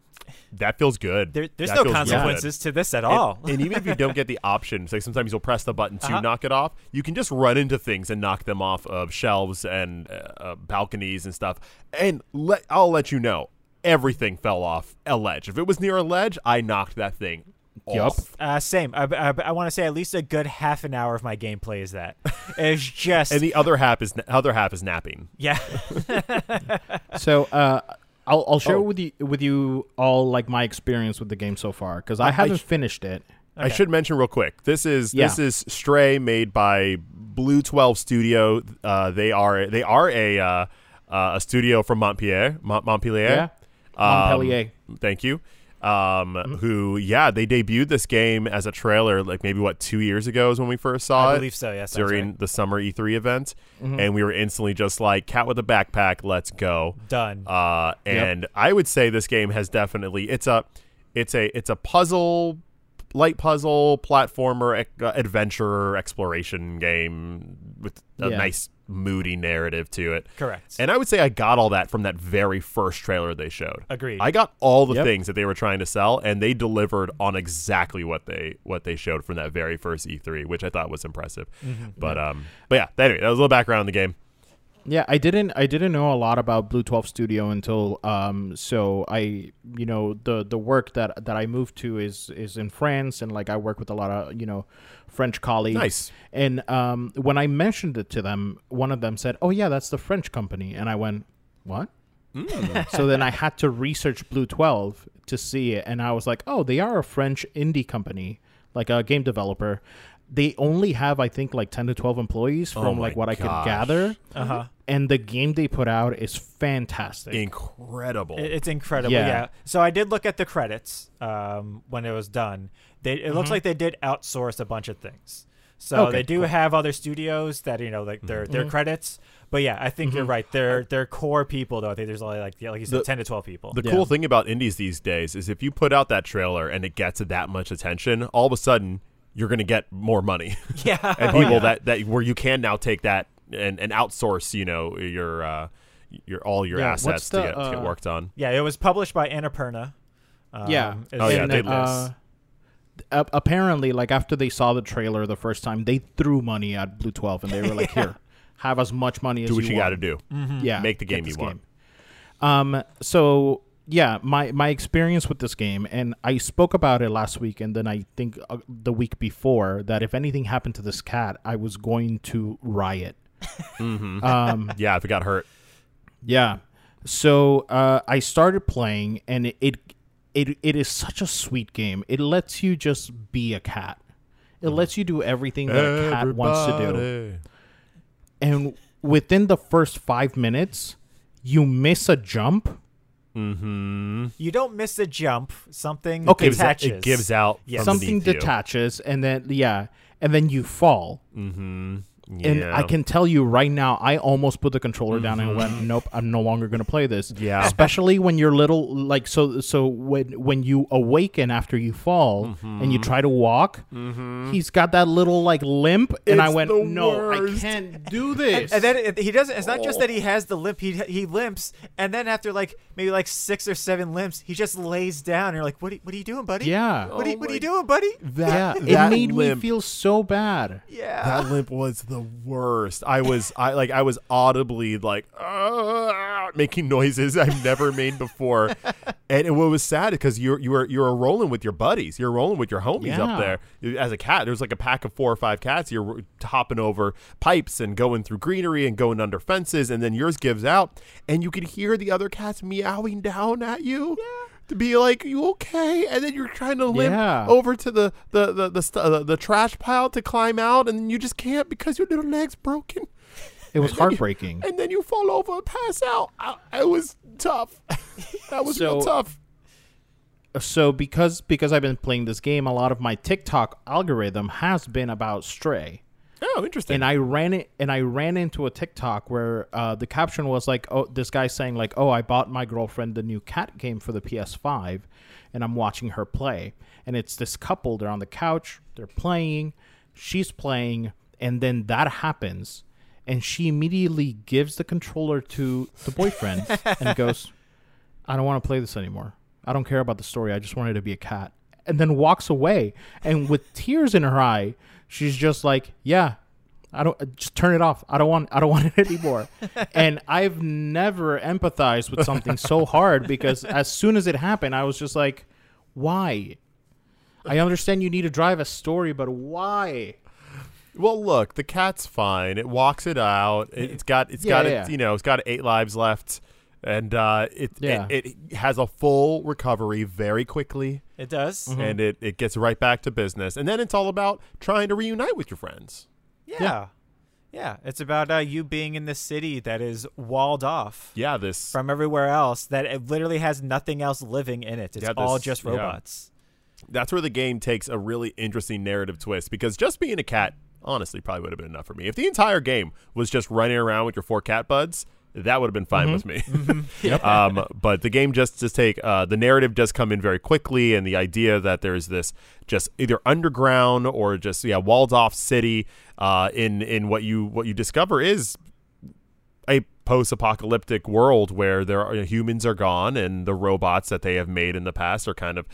Speaker 3: That feels good.
Speaker 2: There, there's
Speaker 3: That
Speaker 2: no
Speaker 3: feels really good.
Speaker 2: consequences to this at
Speaker 3: And-
Speaker 2: all.
Speaker 3: And, even if you don't get the options, like sometimes you'll press the button to
Speaker 2: Uh-huh.
Speaker 3: knock it off, you can just run into things and knock them off of shelves and uh, uh, balconies and stuff. And let I'll let you know, everything fell off a ledge. If it was near a ledge, I knocked that thing
Speaker 4: Yup.
Speaker 3: off.
Speaker 2: Uh, same. I, I, want to say at least a good half an hour of my gameplay is that. It's just
Speaker 3: And the other half is other half is napping.
Speaker 2: yeah.
Speaker 4: So, uh, I'll, I'll share
Speaker 3: Oh.
Speaker 4: with you with you all like my experience with the game so far because I haven't finished it.
Speaker 3: I should mention real quick. This is this
Speaker 4: Yeah.
Speaker 3: is Stray made by Blue Twelve Studio. Uh, they are they are a uh, uh, a studio from Montpellier, Mont-
Speaker 4: Yeah.
Speaker 3: Montpellier, Um,
Speaker 4: Montpellier.
Speaker 3: thank you. Um,
Speaker 2: Mm-hmm.
Speaker 3: Who? Yeah, they debuted this game as a trailer, like maybe what two years ago is when we first saw
Speaker 2: I
Speaker 3: it.
Speaker 2: believe so. Yes. that's
Speaker 3: during
Speaker 2: right. Mm-hmm.
Speaker 3: the summer E3 event, and we were instantly just like, "Cat with a backpack, let's go."
Speaker 2: done.
Speaker 3: Uh, and I would say this game has definitely it's a it's a it's a puzzle light puzzle platformer ec- uh, adventure exploration game with a
Speaker 4: Yeah.
Speaker 3: nice moody narrative to it.
Speaker 2: Correct.
Speaker 3: And I would say I got all that from that very first trailer they showed.
Speaker 2: Agreed.
Speaker 3: I got all the
Speaker 4: Yep.
Speaker 3: things that they were trying to sell and they delivered on exactly what they what they showed from that very first E3, which I thought was impressive. But um but yeah, anyway, that was a little background on the game.
Speaker 4: Yeah, I didn't I didn't know a lot about Blue 12 Studio until um so I you know the the work that that I moved to is is in France and like I work with a lot of, you know, French colleagues.
Speaker 3: Nice.
Speaker 4: And um when I mentioned it to them, one of them said, "Oh yeah, that's the French company." And I went, "What?"
Speaker 3: Hmm.
Speaker 4: so then I had to research Blue 12 to see it and I was like, "Oh, they are a French indie company, like a game developer." They only have I think like 10 to 12 employees from
Speaker 3: Oh my
Speaker 4: like what I could
Speaker 3: gosh.
Speaker 4: gather
Speaker 2: uh-huh.
Speaker 4: and the game they put out is fantastic.
Speaker 3: Incredible.
Speaker 2: It- It's incredible. Yeah.
Speaker 4: Yeah.
Speaker 2: So I did look at the credits um, when it was done. They, it
Speaker 3: Mm-hmm.
Speaker 2: looks like they did outsource a bunch of things. So
Speaker 4: Okay,
Speaker 2: they do
Speaker 4: cool.
Speaker 2: have other studios that you know like their their credits. But yeah, I think you're right. They're they're core people though. I think there's only like yeah, like you said,
Speaker 3: Mm-hmm. The-
Speaker 2: ten to twelve people.
Speaker 3: The
Speaker 4: Yeah.
Speaker 3: cool thing about indies these days is if you put out that trailer and it gets that much attention, all of a sudden you're going to get more money
Speaker 2: yeah.
Speaker 4: Oh,
Speaker 3: and people that, that where you can now take that and, and outsource, you know, your uh, your all your
Speaker 4: Yeah, what's
Speaker 3: assets to,
Speaker 4: the,
Speaker 3: get, to get
Speaker 4: uh,
Speaker 3: worked on.
Speaker 2: yeah, it was published by Annapurna. Um,
Speaker 4: yeah.
Speaker 2: is-
Speaker 3: Oh, yeah,
Speaker 4: And,
Speaker 3: they
Speaker 4: uh, a- apparently, like after they saw the trailer the first time, they threw money at Blue Twelve, and they were like, "Here, have as much money as
Speaker 3: Do what you, got to
Speaker 4: want. Mm.
Speaker 3: do.
Speaker 4: Yeah,
Speaker 3: Make the
Speaker 4: get
Speaker 3: game
Speaker 4: this
Speaker 3: you want.
Speaker 4: Um. So yeah, my my experience with this game, and I spoke about it last week, and then I think uh, the week before that if anything happened to this cat, I was going to riot.
Speaker 3: Yeah, if it got hurt.
Speaker 4: Yeah. So uh, I started playing, and it, it it it is such a sweet game. It lets you just be a cat. It
Speaker 3: Mm-hmm.
Speaker 4: lets you do everything that a cat wants to do. And within the first five minutes, you miss a jump.
Speaker 3: Mm-hmm.
Speaker 2: You don't miss a jump. Something
Speaker 4: Okay,
Speaker 3: Gives out,
Speaker 2: detaches.
Speaker 3: it gives out
Speaker 2: Yeah.
Speaker 3: from
Speaker 4: something
Speaker 3: beneath you.
Speaker 4: detaches, and then yeah, and then you fall. And
Speaker 3: Yeah.
Speaker 4: I can tell you right now, I almost put the controller down and went, "Nope, I'm no longer going to play this."
Speaker 3: Mm-hmm. Yeah.
Speaker 4: Especially when you're little, like so. So when when you awaken after you fall and you
Speaker 3: Mm-hmm.
Speaker 4: try to walk, he's got that little like limp, and I
Speaker 3: It's
Speaker 4: went,
Speaker 3: the
Speaker 4: "No, I
Speaker 3: worst."
Speaker 4: can't do this."
Speaker 2: And then it, he doesn't. It's not just that he has the limp. He he limps, and then after like maybe like six or seven limps, he just lays down. And you're like, what? Are, what are you doing, buddy?
Speaker 4: Yeah.
Speaker 2: What are, you- what are
Speaker 3: my-
Speaker 2: you doing, buddy?
Speaker 4: yeah,
Speaker 3: That-
Speaker 4: it
Speaker 3: Oh. that
Speaker 4: made
Speaker 3: limp.
Speaker 4: me feel so bad.
Speaker 2: Yeah.
Speaker 3: That limp was the worst. I was I like I was audibly like "Ah," making noises I've never made before. And what was sad because you you were you were rolling with your buddies, you're rolling with your homies
Speaker 4: Yeah.
Speaker 3: up there. As a cat, there was like a pack of four or five cats. You're hopping over pipes and going through greenery and going under fences, and then yours gives out, and you can hear the other cats meowing down at you. to be like, "You okay?" And then you're trying to limp
Speaker 4: Yeah.
Speaker 3: over to the the the the, st- uh, the the trash pile to climb out, and you just can't because your little leg's broken.
Speaker 4: It was heartbreaking.
Speaker 3: And then you fall over and pass out. I, it was tough. that was real
Speaker 4: So-
Speaker 3: tough.
Speaker 4: so because because I've been playing this game, a lot of my TikTok algorithm has been about Stray.
Speaker 3: Oh, interesting.
Speaker 4: and I ran it and I ran into a TikTok where uh, the caption was like, "Oh, this guy saying like, oh, I bought my girlfriend the new cat game for the PS5, and I'm watching her play, and it's this couple. They're on the couch, they're playing, she's playing, and then that happens, and she immediately gives the controller to the boyfriend and goes, I don't want to play this anymore. I don't care about the story. I just wanted to be a cat. And then walks away. And with tears in her eye, she's just like, Yeah, I don't uh, just turn it off. I don't want I don't want it anymore. and I've never empathized with something so hard because as soon as it happened, I was just like, Why? I understand you need to drive a story, but why?
Speaker 3: Well, look, the cat's fine. It walks it out. It, it's got it's
Speaker 4: Yeah,
Speaker 3: got
Speaker 4: yeah,
Speaker 3: its,
Speaker 4: yeah.
Speaker 3: you know it's got eight lives left, and uh, it,
Speaker 4: Yeah.
Speaker 3: it it has a full recovery very quickly,
Speaker 2: It does.
Speaker 4: Mm-hmm.
Speaker 3: and it it gets right back to business. And then it's all about trying to reunite with your friends.
Speaker 2: Yeah. yeah. It's about uh, you being in this city that is walled off
Speaker 3: Yeah, this
Speaker 2: from everywhere else, that it literally has nothing else living in it. It's
Speaker 3: Yeah,
Speaker 2: all
Speaker 3: this-
Speaker 2: just
Speaker 3: yeah.
Speaker 2: robots.
Speaker 3: that's where the game takes a really interesting narrative twist because just being a cat honestly probably would have been enough for me. If the entire game was just running around with your four cat buds, that would have been fine with me. um, but the game just just take uh, the narrative does come in very quickly, and the idea that there's this just either underground or just yeah walled off city uh, in in what you what you discover is a post-apocalyptic world where there are humans are gone and the robots that they have made in the past are kind of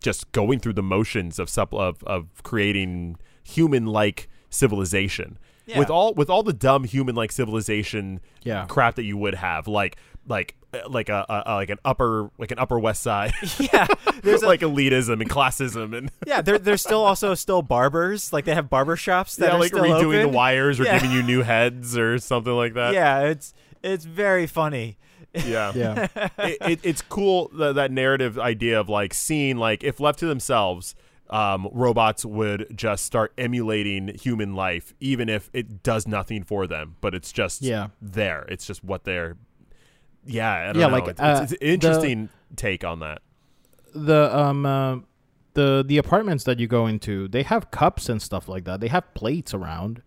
Speaker 3: just going through the motions of sup- of, of creating human-like civilization
Speaker 2: Yeah.
Speaker 3: with all with all the dumb human-like civilization
Speaker 4: Yeah.
Speaker 3: crap that you would have like like like a, a, a- like an upper like an upper west side
Speaker 2: Yeah. There's a,
Speaker 3: like elitism and classism and
Speaker 2: yeah, there, there's still also still barbers. Like they have barber shops that
Speaker 3: yeah,
Speaker 2: are
Speaker 3: like
Speaker 2: still
Speaker 3: redoing the
Speaker 2: open.
Speaker 3: wires or
Speaker 2: Yeah.
Speaker 3: giving you new heads or something like that
Speaker 2: Yeah, it's it's very funny.
Speaker 3: yeah
Speaker 4: Yeah.
Speaker 3: it, it, it's cool tha- that narrative idea of like seeing like if left to themselves um, robots would just start emulating human life even if it does nothing for them but it's just
Speaker 4: Yeah.
Speaker 3: there it's just what they're yeah I don't
Speaker 4: Yeah,
Speaker 3: know.
Speaker 4: like,
Speaker 3: it's, it's,
Speaker 4: uh,
Speaker 3: it's an
Speaker 4: the-
Speaker 3: interesting take on that
Speaker 4: the um uh, the the apartments that you go into, they have cups and stuff like that. They have plates around,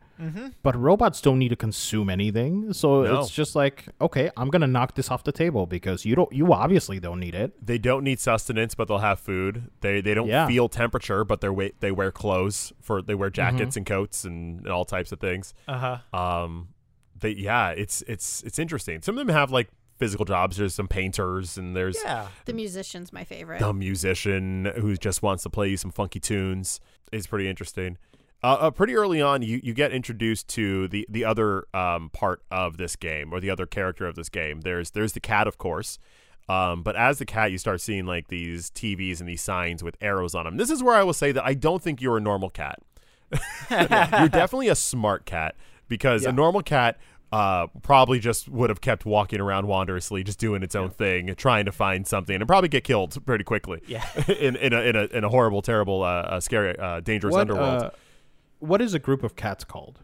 Speaker 4: but robots don't need to consume anything. So
Speaker 3: No.
Speaker 4: it's just like, okay, I'm gonna knock this off the table because you don't, you obviously don't need it.
Speaker 3: they don't need sustenance but they'll have food they they don't
Speaker 4: Yeah.
Speaker 3: feel temperature but they're wa- they wear clothes for they wear
Speaker 4: Mm-hmm.
Speaker 3: jackets and coats and, and all types of things
Speaker 2: Uh huh.
Speaker 3: um they yeah it's it's it's interesting some of them have like physical jobs there's some painters and there's
Speaker 2: Yeah.
Speaker 5: The musician's my favorite.
Speaker 3: the musician who just wants to play you some funky tunes It's pretty interesting uh, uh, pretty early on you, you get introduced to the the other um, part of this game or the other character of this game there's there's the cat of course um, but as the cat you start seeing like these tvs and these signs with arrows on them this is where i will say that i don't think you're a normal cat you're definitely a smart cat because a normal cat uh, probably just would have kept walking around wanderously, just doing its own thing, trying to find something, and probably get killed pretty quickly.
Speaker 2: Yeah.
Speaker 3: in in a in a, in a horrible, terrible, uh, uh, scary, uh, dangerous
Speaker 4: What,
Speaker 3: underworld.
Speaker 4: uh, what is a group of cats called?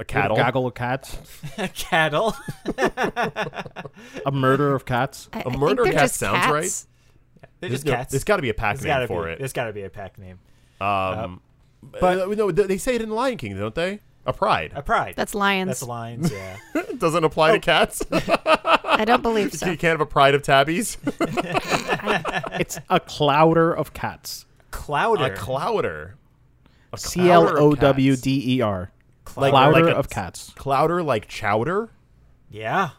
Speaker 3: a
Speaker 4: A
Speaker 3: cattle.
Speaker 4: gaggle of cats,
Speaker 2: Cattle.
Speaker 4: a murder of cats.
Speaker 5: I- I
Speaker 3: a
Speaker 5: think
Speaker 3: murder
Speaker 5: they're
Speaker 3: cat
Speaker 5: just
Speaker 3: sounds right.
Speaker 5: cats.
Speaker 2: They're
Speaker 3: There's
Speaker 2: just
Speaker 3: no-
Speaker 2: cats.
Speaker 3: there's got to be a pack
Speaker 2: There's
Speaker 3: name
Speaker 2: gotta
Speaker 3: for
Speaker 2: be, uh,
Speaker 3: it.
Speaker 2: There's got to be a pack name.
Speaker 3: Um, but uh, no, they they say it in Lion King, don't they? A pride
Speaker 2: A pride.
Speaker 5: That's lions.
Speaker 2: That's lions. Yeah.
Speaker 3: It doesn't
Speaker 2: Oh.
Speaker 3: apply to cats.
Speaker 5: I don't believe
Speaker 3: you
Speaker 5: so.
Speaker 3: can't have a pride of tabbies.
Speaker 4: It's a clouder of cats.
Speaker 3: a
Speaker 2: Clouder.
Speaker 3: clouder. A
Speaker 4: C L O W D E R.
Speaker 3: Like-
Speaker 4: Clouder
Speaker 3: like a-
Speaker 4: of cats.
Speaker 3: Clouder like chowder.
Speaker 2: yeah.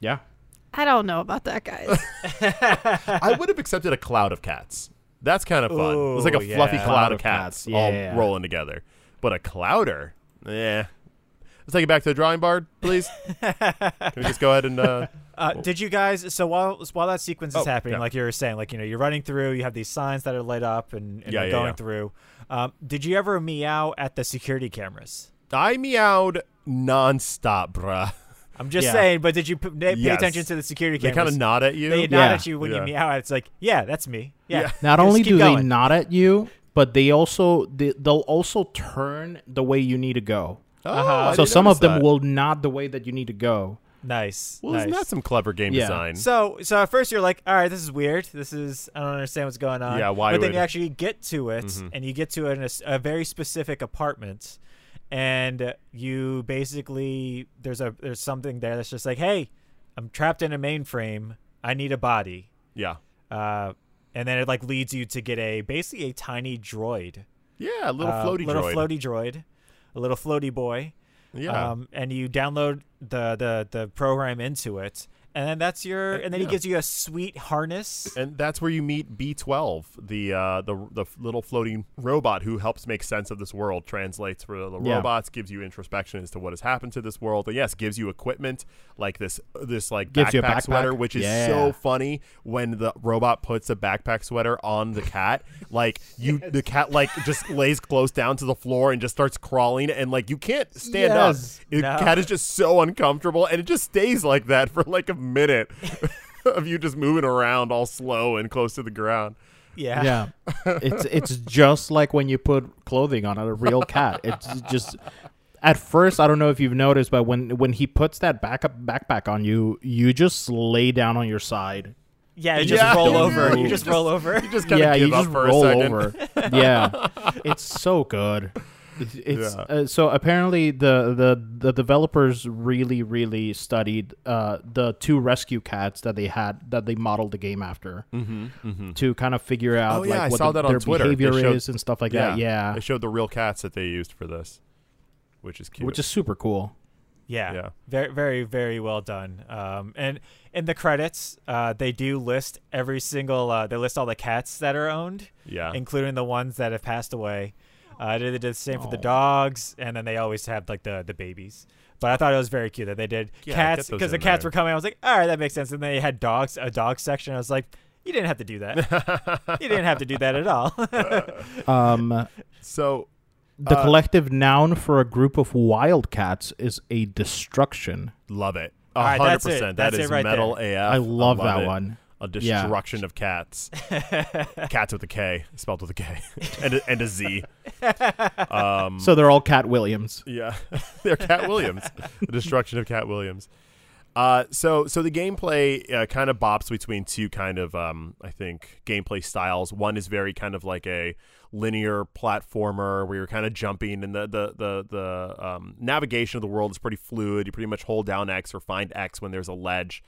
Speaker 4: Yeah.
Speaker 5: I don't know about that, guys.
Speaker 3: I would have accepted a cloud of cats. That's kind of fun. It's like a
Speaker 2: Ooh,
Speaker 3: fluffy
Speaker 2: yeah.
Speaker 3: cloud
Speaker 4: Cloud
Speaker 3: of
Speaker 4: of
Speaker 3: cats,
Speaker 4: cats, yeah.
Speaker 3: all rolling together. But a clouder, yeah. Let's take it back to the drawing board, please. Can we just go ahead and uh,
Speaker 2: Uh, did you guys? So while while that sequence is
Speaker 3: Oh,
Speaker 2: happening,
Speaker 3: yeah.
Speaker 2: like you were saying, like you know, you're running through. You have these signs that are lit up and, and
Speaker 3: Yeah,
Speaker 2: you're
Speaker 3: yeah,
Speaker 2: going
Speaker 3: yeah.
Speaker 2: through. Um, did you ever meow at the security cameras?
Speaker 3: I meowed nonstop, bruh.
Speaker 2: I'm just
Speaker 4: Yeah.
Speaker 2: saying. But did you p- pay
Speaker 3: Yes.
Speaker 2: attention to the security
Speaker 3: They kind
Speaker 2: cameras?
Speaker 3: of nod at you.
Speaker 2: They nod
Speaker 4: Yeah.
Speaker 2: at you when
Speaker 3: Yeah.
Speaker 2: you meow. It's like, yeah, that's me. Yeah.
Speaker 3: Yeah.
Speaker 4: Not
Speaker 2: Just
Speaker 4: only
Speaker 2: keep
Speaker 4: do they
Speaker 2: going.
Speaker 4: nod at you, but they also they, they'll also turn the way you need to go.
Speaker 3: Oh,
Speaker 2: Uh-huh.
Speaker 3: I
Speaker 4: so
Speaker 3: didn't
Speaker 4: some
Speaker 3: notice
Speaker 4: of them
Speaker 3: that.
Speaker 4: will nod the way that you need to go.
Speaker 2: nice.
Speaker 3: Well,
Speaker 2: nice.
Speaker 3: isn't that some clever game
Speaker 4: Yeah.
Speaker 3: design?
Speaker 2: So, so at first you're like, all right, this is weird. This is I don't understand what's going on.
Speaker 3: Yeah, why
Speaker 2: But then
Speaker 3: would- Mm-hmm.
Speaker 2: you actually get to it, and you get to it in a, s- a very specific apartment, and you basically there's a there's something there that's just like, hey, I'm trapped in a mainframe. I need a body.
Speaker 3: yeah.
Speaker 2: Uh, and then it like leads you to get a basically a tiny droid,
Speaker 3: Yeah, a little
Speaker 2: Uh,
Speaker 3: floaty
Speaker 2: little
Speaker 3: droid.
Speaker 2: floaty droid, a little floaty boy.
Speaker 3: yeah.
Speaker 2: Um, and you download the, the the program into it, and then that's your. And then
Speaker 3: yeah.
Speaker 2: he gives you a sweet harness.
Speaker 3: and that's where you meet B12, the uh, the the little floating robot who helps make sense of this world, translates for the
Speaker 4: Yeah.
Speaker 3: robots, gives you introspection as to what has happened to this world, and yes, gives you equipment like this this like
Speaker 4: Gives
Speaker 3: backpack,
Speaker 4: you a backpack.
Speaker 3: sweater, which is
Speaker 4: Yeah.
Speaker 3: so funny when the robot puts a backpack sweater on the cat, like you the cat like just lays close down to the floor and just starts crawling, and like you can't stand
Speaker 4: Yes.
Speaker 3: up. The
Speaker 2: No.
Speaker 3: cat is just so uncomfortable, and it just stays like that for like a minute. of you just moving around all slow and close to the ground.
Speaker 2: Yeah.
Speaker 4: Yeah, it's it's just like when you put clothing on a real cat. It's just at first I don't know if you've noticed, but when when he puts that backup backpack on you, you just lay down on your side.
Speaker 2: Yeah, you just
Speaker 3: Yeah.
Speaker 2: roll
Speaker 3: You
Speaker 2: over.
Speaker 3: do.
Speaker 2: You just roll over.
Speaker 3: You just kind of
Speaker 4: yeah,
Speaker 3: give
Speaker 4: you
Speaker 3: up
Speaker 4: just
Speaker 3: for
Speaker 4: roll
Speaker 3: a second.
Speaker 4: over. yeah, it's so good. It's, it's,
Speaker 3: Yeah.
Speaker 4: uh, so apparently the, the the developers really really studied uh, the two rescue cats that they had that they modeled the game after to kind of figure out
Speaker 3: Mm-hmm, Oh, yeah, I
Speaker 4: like what
Speaker 3: saw
Speaker 4: the-
Speaker 3: that on
Speaker 4: their
Speaker 3: Twitter. They
Speaker 4: behavior
Speaker 3: showed-
Speaker 4: is and stuff like that. Yeah,
Speaker 3: They showed the real cats that they used for this, which is cute.
Speaker 4: which is super cool.
Speaker 2: Yeah.
Speaker 3: Yeah.
Speaker 2: Very very very well done. Um and in the credits, uh they do list every single uh they list all the cats that are owned,
Speaker 3: yeah.
Speaker 2: including the ones that have passed away. Uh they did the same for the
Speaker 4: Aw.
Speaker 2: dogs and then they always have like the the babies. But I thought it was very cute that they did
Speaker 3: Yeah,
Speaker 2: cats
Speaker 3: get those
Speaker 2: because the
Speaker 3: in
Speaker 2: cats
Speaker 3: there.
Speaker 2: were coming. I was like, "All right, that makes sense." And they had dogs, a dog section. I was like, "You didn't have to do that. you didn't have to do that at all."
Speaker 4: Um,
Speaker 3: so
Speaker 4: the
Speaker 3: Uh,
Speaker 4: collective noun for a group of wild cats is a destruction.
Speaker 3: love it.
Speaker 2: All right,
Speaker 3: hundred
Speaker 2: that's it.
Speaker 3: percent.
Speaker 2: That's
Speaker 3: that
Speaker 2: it
Speaker 3: is
Speaker 2: right
Speaker 3: metal AF.
Speaker 4: I love, that
Speaker 3: it.
Speaker 4: one.
Speaker 3: A
Speaker 4: Yeah.
Speaker 3: destruction of cats. cats with a K, spelled with a K, and a, and a Z. Um,
Speaker 4: So they're all Cat Williams.
Speaker 3: Yeah, they're Cat Williams. the destruction of Cat Williams. Uh, so so the gameplay uh, kind of bops between two kind of um, I think gameplay styles. One is very kind of like a linear platformer where you're kind of jumping, and the the the, the um, navigation of the world is pretty fluid. You pretty much hold down X or find X when there's a ledge.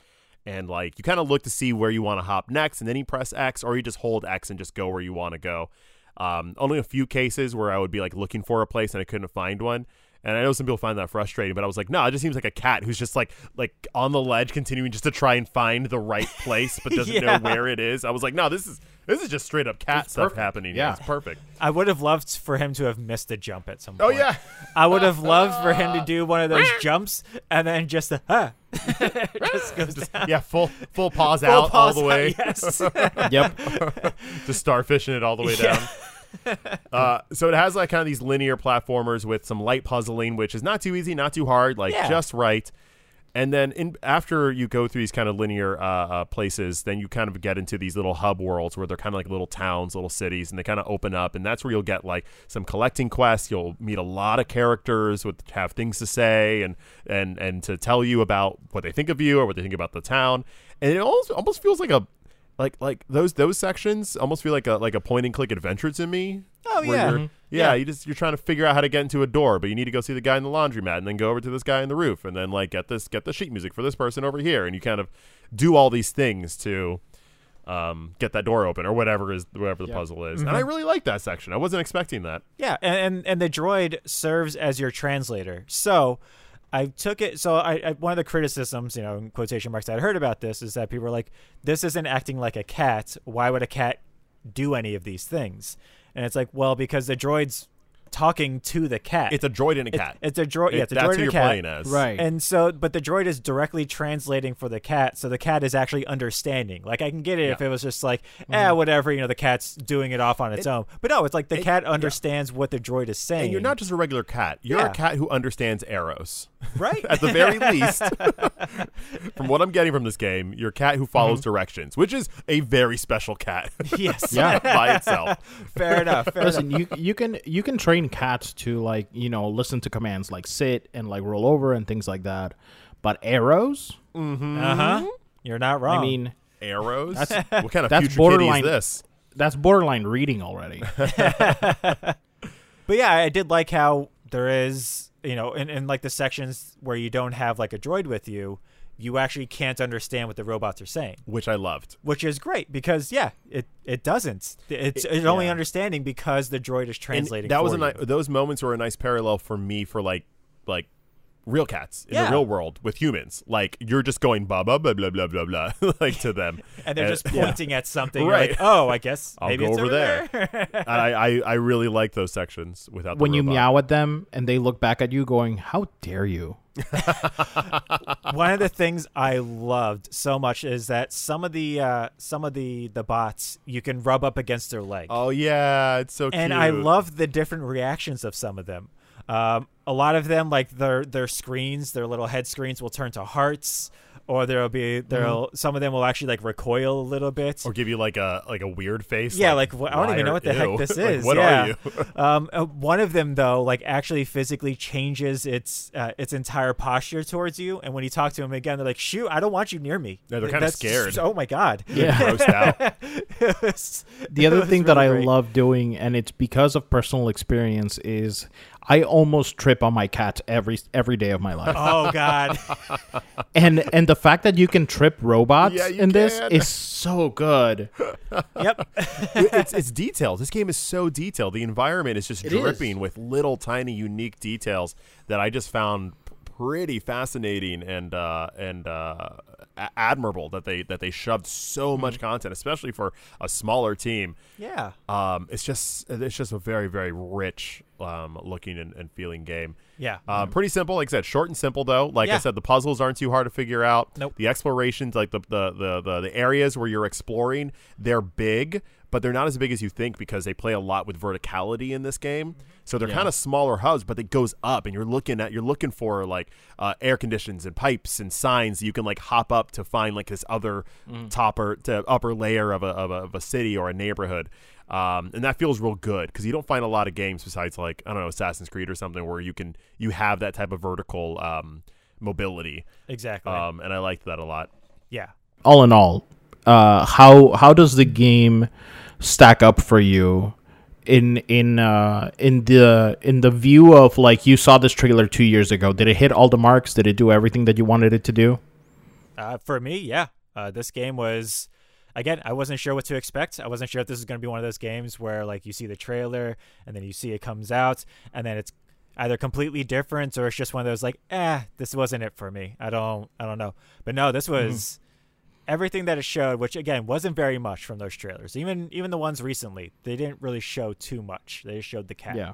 Speaker 3: And like you kind of look to see where you want to hop next, and then you press X, or you just hold X and just go where you want to go. Um, only a few cases where I would be like looking for a place and I couldn't find one. And I know some people find that frustrating, but I was like, no, it just seems like a cat who's just like like on the ledge, continuing just to try and find the right place, but doesn't
Speaker 2: Yeah.
Speaker 3: know where it is. I was like, no, this is this is just straight up cat stuff happening.
Speaker 4: Yeah.
Speaker 3: it's perfect.
Speaker 2: I would have loved for him to have missed a jump at some
Speaker 3: Oh
Speaker 2: point.
Speaker 3: yeah,
Speaker 2: I would have loved for him to do one of those jumps and then just a huh. just goes down.
Speaker 3: yeah, full full paws
Speaker 2: Full
Speaker 3: out all
Speaker 2: pause
Speaker 3: the
Speaker 2: out,
Speaker 3: way,
Speaker 2: yes.
Speaker 4: Yep.
Speaker 3: just starfishing it all the way
Speaker 2: Yeah.
Speaker 3: down. Uh, so it has like kind of these linear platformers with some light puzzling, which is not too easy, not too hard, like
Speaker 2: Yeah.
Speaker 3: just right. And then in, after you go through these kind of linear uh, uh, places, then you kind of get into these little hub worlds where they're kind of like little towns, little cities, and they kind of open up. And that's where you'll get like some collecting quests. You'll meet a lot of characters with have things to say and and and to tell you about what they think of you or what they think about the town. And it almost almost feels like a like like those those sections almost feel like a like a point and click adventure to me.
Speaker 2: Oh,
Speaker 3: where
Speaker 2: yeah.
Speaker 3: you're- yeah, you just you're trying to figure out how to get into a door, but you need to go see the guy in the laundromat, and then go over to this guy in the roof, and then like get this get the sheet music for this person over here, and you kind of do all these things to um, get that door open or whatever is whatever the puzzle is.
Speaker 2: Mm-hmm.
Speaker 3: And I really like that section. I wasn't expecting that.
Speaker 2: Yeah, and, and and the droid serves as your translator. So I took it. So I, I one of the criticisms, you know, in quotation marks, that I heard about this is that people are like, "This isn't acting like a cat. Why would a cat do any of these things?" And it's like, well, because the droid's talking to the cat.
Speaker 3: It's a droid and a cat.
Speaker 2: It's a droid.
Speaker 3: It-
Speaker 2: Yeah, it's a
Speaker 3: that's
Speaker 2: droid and
Speaker 3: who
Speaker 2: a
Speaker 3: you're
Speaker 2: cat.
Speaker 3: playing as.
Speaker 4: Right.
Speaker 2: And so, but the droid is directly translating for the cat, so the cat is actually understanding. Like I can get it if
Speaker 3: Yeah.
Speaker 2: it was just like, eh, whatever, you know, the cat's doing it off on its own. But no, it's like the cat understands what the droid is saying.
Speaker 3: And you're not just a regular cat. You're
Speaker 2: Yeah.
Speaker 3: a cat who understands arrows.
Speaker 2: right.
Speaker 3: At the very least, from what I'm getting from this game, you're a cat who follows
Speaker 2: Mm-hmm.
Speaker 3: directions, which is a very special cat
Speaker 2: yes.
Speaker 4: Yeah.
Speaker 3: by itself.
Speaker 2: Fair enough. Fair enough.
Speaker 4: Listen, you you can you can train cats to like you know listen to commands like sit and like roll over and things like that, but arrows.
Speaker 2: Uh huh. You're not wrong.
Speaker 4: I mean,
Speaker 3: Arrows? what kind of
Speaker 4: that's
Speaker 3: future
Speaker 4: borderline-
Speaker 3: kitty is this?
Speaker 4: that's borderline reading already.
Speaker 2: But yeah, I did like how there is, you know, in, in like the sections where you don't have like a droid with you, you actually can't understand what the robots are saying,
Speaker 3: Which I loved.
Speaker 2: which is great because yeah, it it doesn't. It's it's only
Speaker 3: yeah.
Speaker 2: understanding because the droid is
Speaker 3: And
Speaker 2: translating.
Speaker 3: that was
Speaker 2: for
Speaker 3: a nice,
Speaker 2: you.
Speaker 3: those moments were a nice parallel for me for like like real cats in
Speaker 2: Yeah.
Speaker 3: the real world with humans. Like you're just going blah blah blah blah blah blah blah like to them.
Speaker 2: and they're just pointing at something. You're
Speaker 3: Uh, Right.
Speaker 2: like, oh, I guess
Speaker 3: I'll
Speaker 2: maybe
Speaker 3: go
Speaker 2: it's
Speaker 3: over there. And I, I I really like those sections without the
Speaker 4: when you
Speaker 3: robot.
Speaker 4: meow at them and they look back at you, going, "How dare you?"
Speaker 2: One of the things I loved so much is that some of the uh, some of the the bots you can rub up against their leg.
Speaker 3: Oh yeah, it's so cute.
Speaker 2: and I love the different reactions of some of them. Um, a lot of them, like their their screens, their little head screens, will turn to hearts, or there'll be there'll some of them will actually like recoil a little bit.
Speaker 3: Mm-hmm. or give you like a like a weird face.
Speaker 2: yeah, like, wh- I don't even
Speaker 3: liar,
Speaker 2: know what the
Speaker 3: ew.
Speaker 2: heck this
Speaker 3: Like,
Speaker 2: is.
Speaker 3: what
Speaker 2: yeah.
Speaker 3: are you?
Speaker 2: um, uh, one of them though, like actually physically changes its uh, its entire posture towards you, and when you talk to him again, they're like, "Shoot, I don't want you near me."
Speaker 3: Yeah, they're
Speaker 2: Th-
Speaker 3: kinda
Speaker 2: that's-
Speaker 3: scared.
Speaker 2: Oh my god.
Speaker 4: Yeah.
Speaker 3: Grossed out.
Speaker 2: It was-
Speaker 4: The
Speaker 2: it
Speaker 4: other
Speaker 2: was
Speaker 4: thing that
Speaker 2: really
Speaker 4: I
Speaker 2: great.
Speaker 4: love doing, and it's because of personal experience, is I almost trip on my cats every every day of my life.
Speaker 2: Oh god.
Speaker 4: and and the fact that you can trip robots
Speaker 3: Yeah, you
Speaker 4: in this
Speaker 3: can.
Speaker 4: is so good.
Speaker 2: yep.
Speaker 3: it's it's detailed. This game is so detailed. The environment is just
Speaker 4: It is.
Speaker 3: dripping with little tiny unique details that I just found p- pretty fascinating and uh, and uh, a- admirable that they that they shoved
Speaker 4: Mm-hmm.
Speaker 3: so much content, especially for a smaller team.
Speaker 2: Yeah.
Speaker 3: Um, it's just it's just a very very rich um, looking and, and feeling game.
Speaker 2: Yeah.
Speaker 4: Mm-hmm.
Speaker 3: Um, pretty simple, like I said, short and simple though. Like
Speaker 2: Yeah.
Speaker 3: I said, the puzzles aren't too hard to figure out.
Speaker 2: Nope.
Speaker 3: The explorations, like the the, the the the areas where you're exploring, they're big, but they're not as big as you think because they play a lot with verticality in this game. So they're kind of smaller hubs, but it goes up, and you're looking at you're looking for like uh, air conditions and pipes and signs that you can like hop up to find like this other topper to upper layer of a, of a of a city or a neighborhood. Um, and that feels real good because you don't find a lot of games besides like I don't know Assassin's Creed or something where you can you have that type of vertical um, mobility.
Speaker 2: Exactly.
Speaker 3: Um, and I liked that a lot.
Speaker 2: yeah.
Speaker 4: All in all, uh, how how does the game stack up for you in in uh, in the in the view of like you saw this trailer two years ago? Did it hit all the marks? Did it do everything that you wanted it to do?
Speaker 2: Uh, for me, yeah. Uh, this game was, again, I wasn't sure what to expect. I wasn't sure if this was going to be one of those games where, like, you see the trailer and then you see it comes out and then it's either completely different or it's just one of those like, eh, this wasn't it for me. I don't, I don't know. But no, this was everything that it showed, which again wasn't very much from those trailers. Even even the ones recently, they didn't really show too much. They just showed the cat.
Speaker 4: Yeah.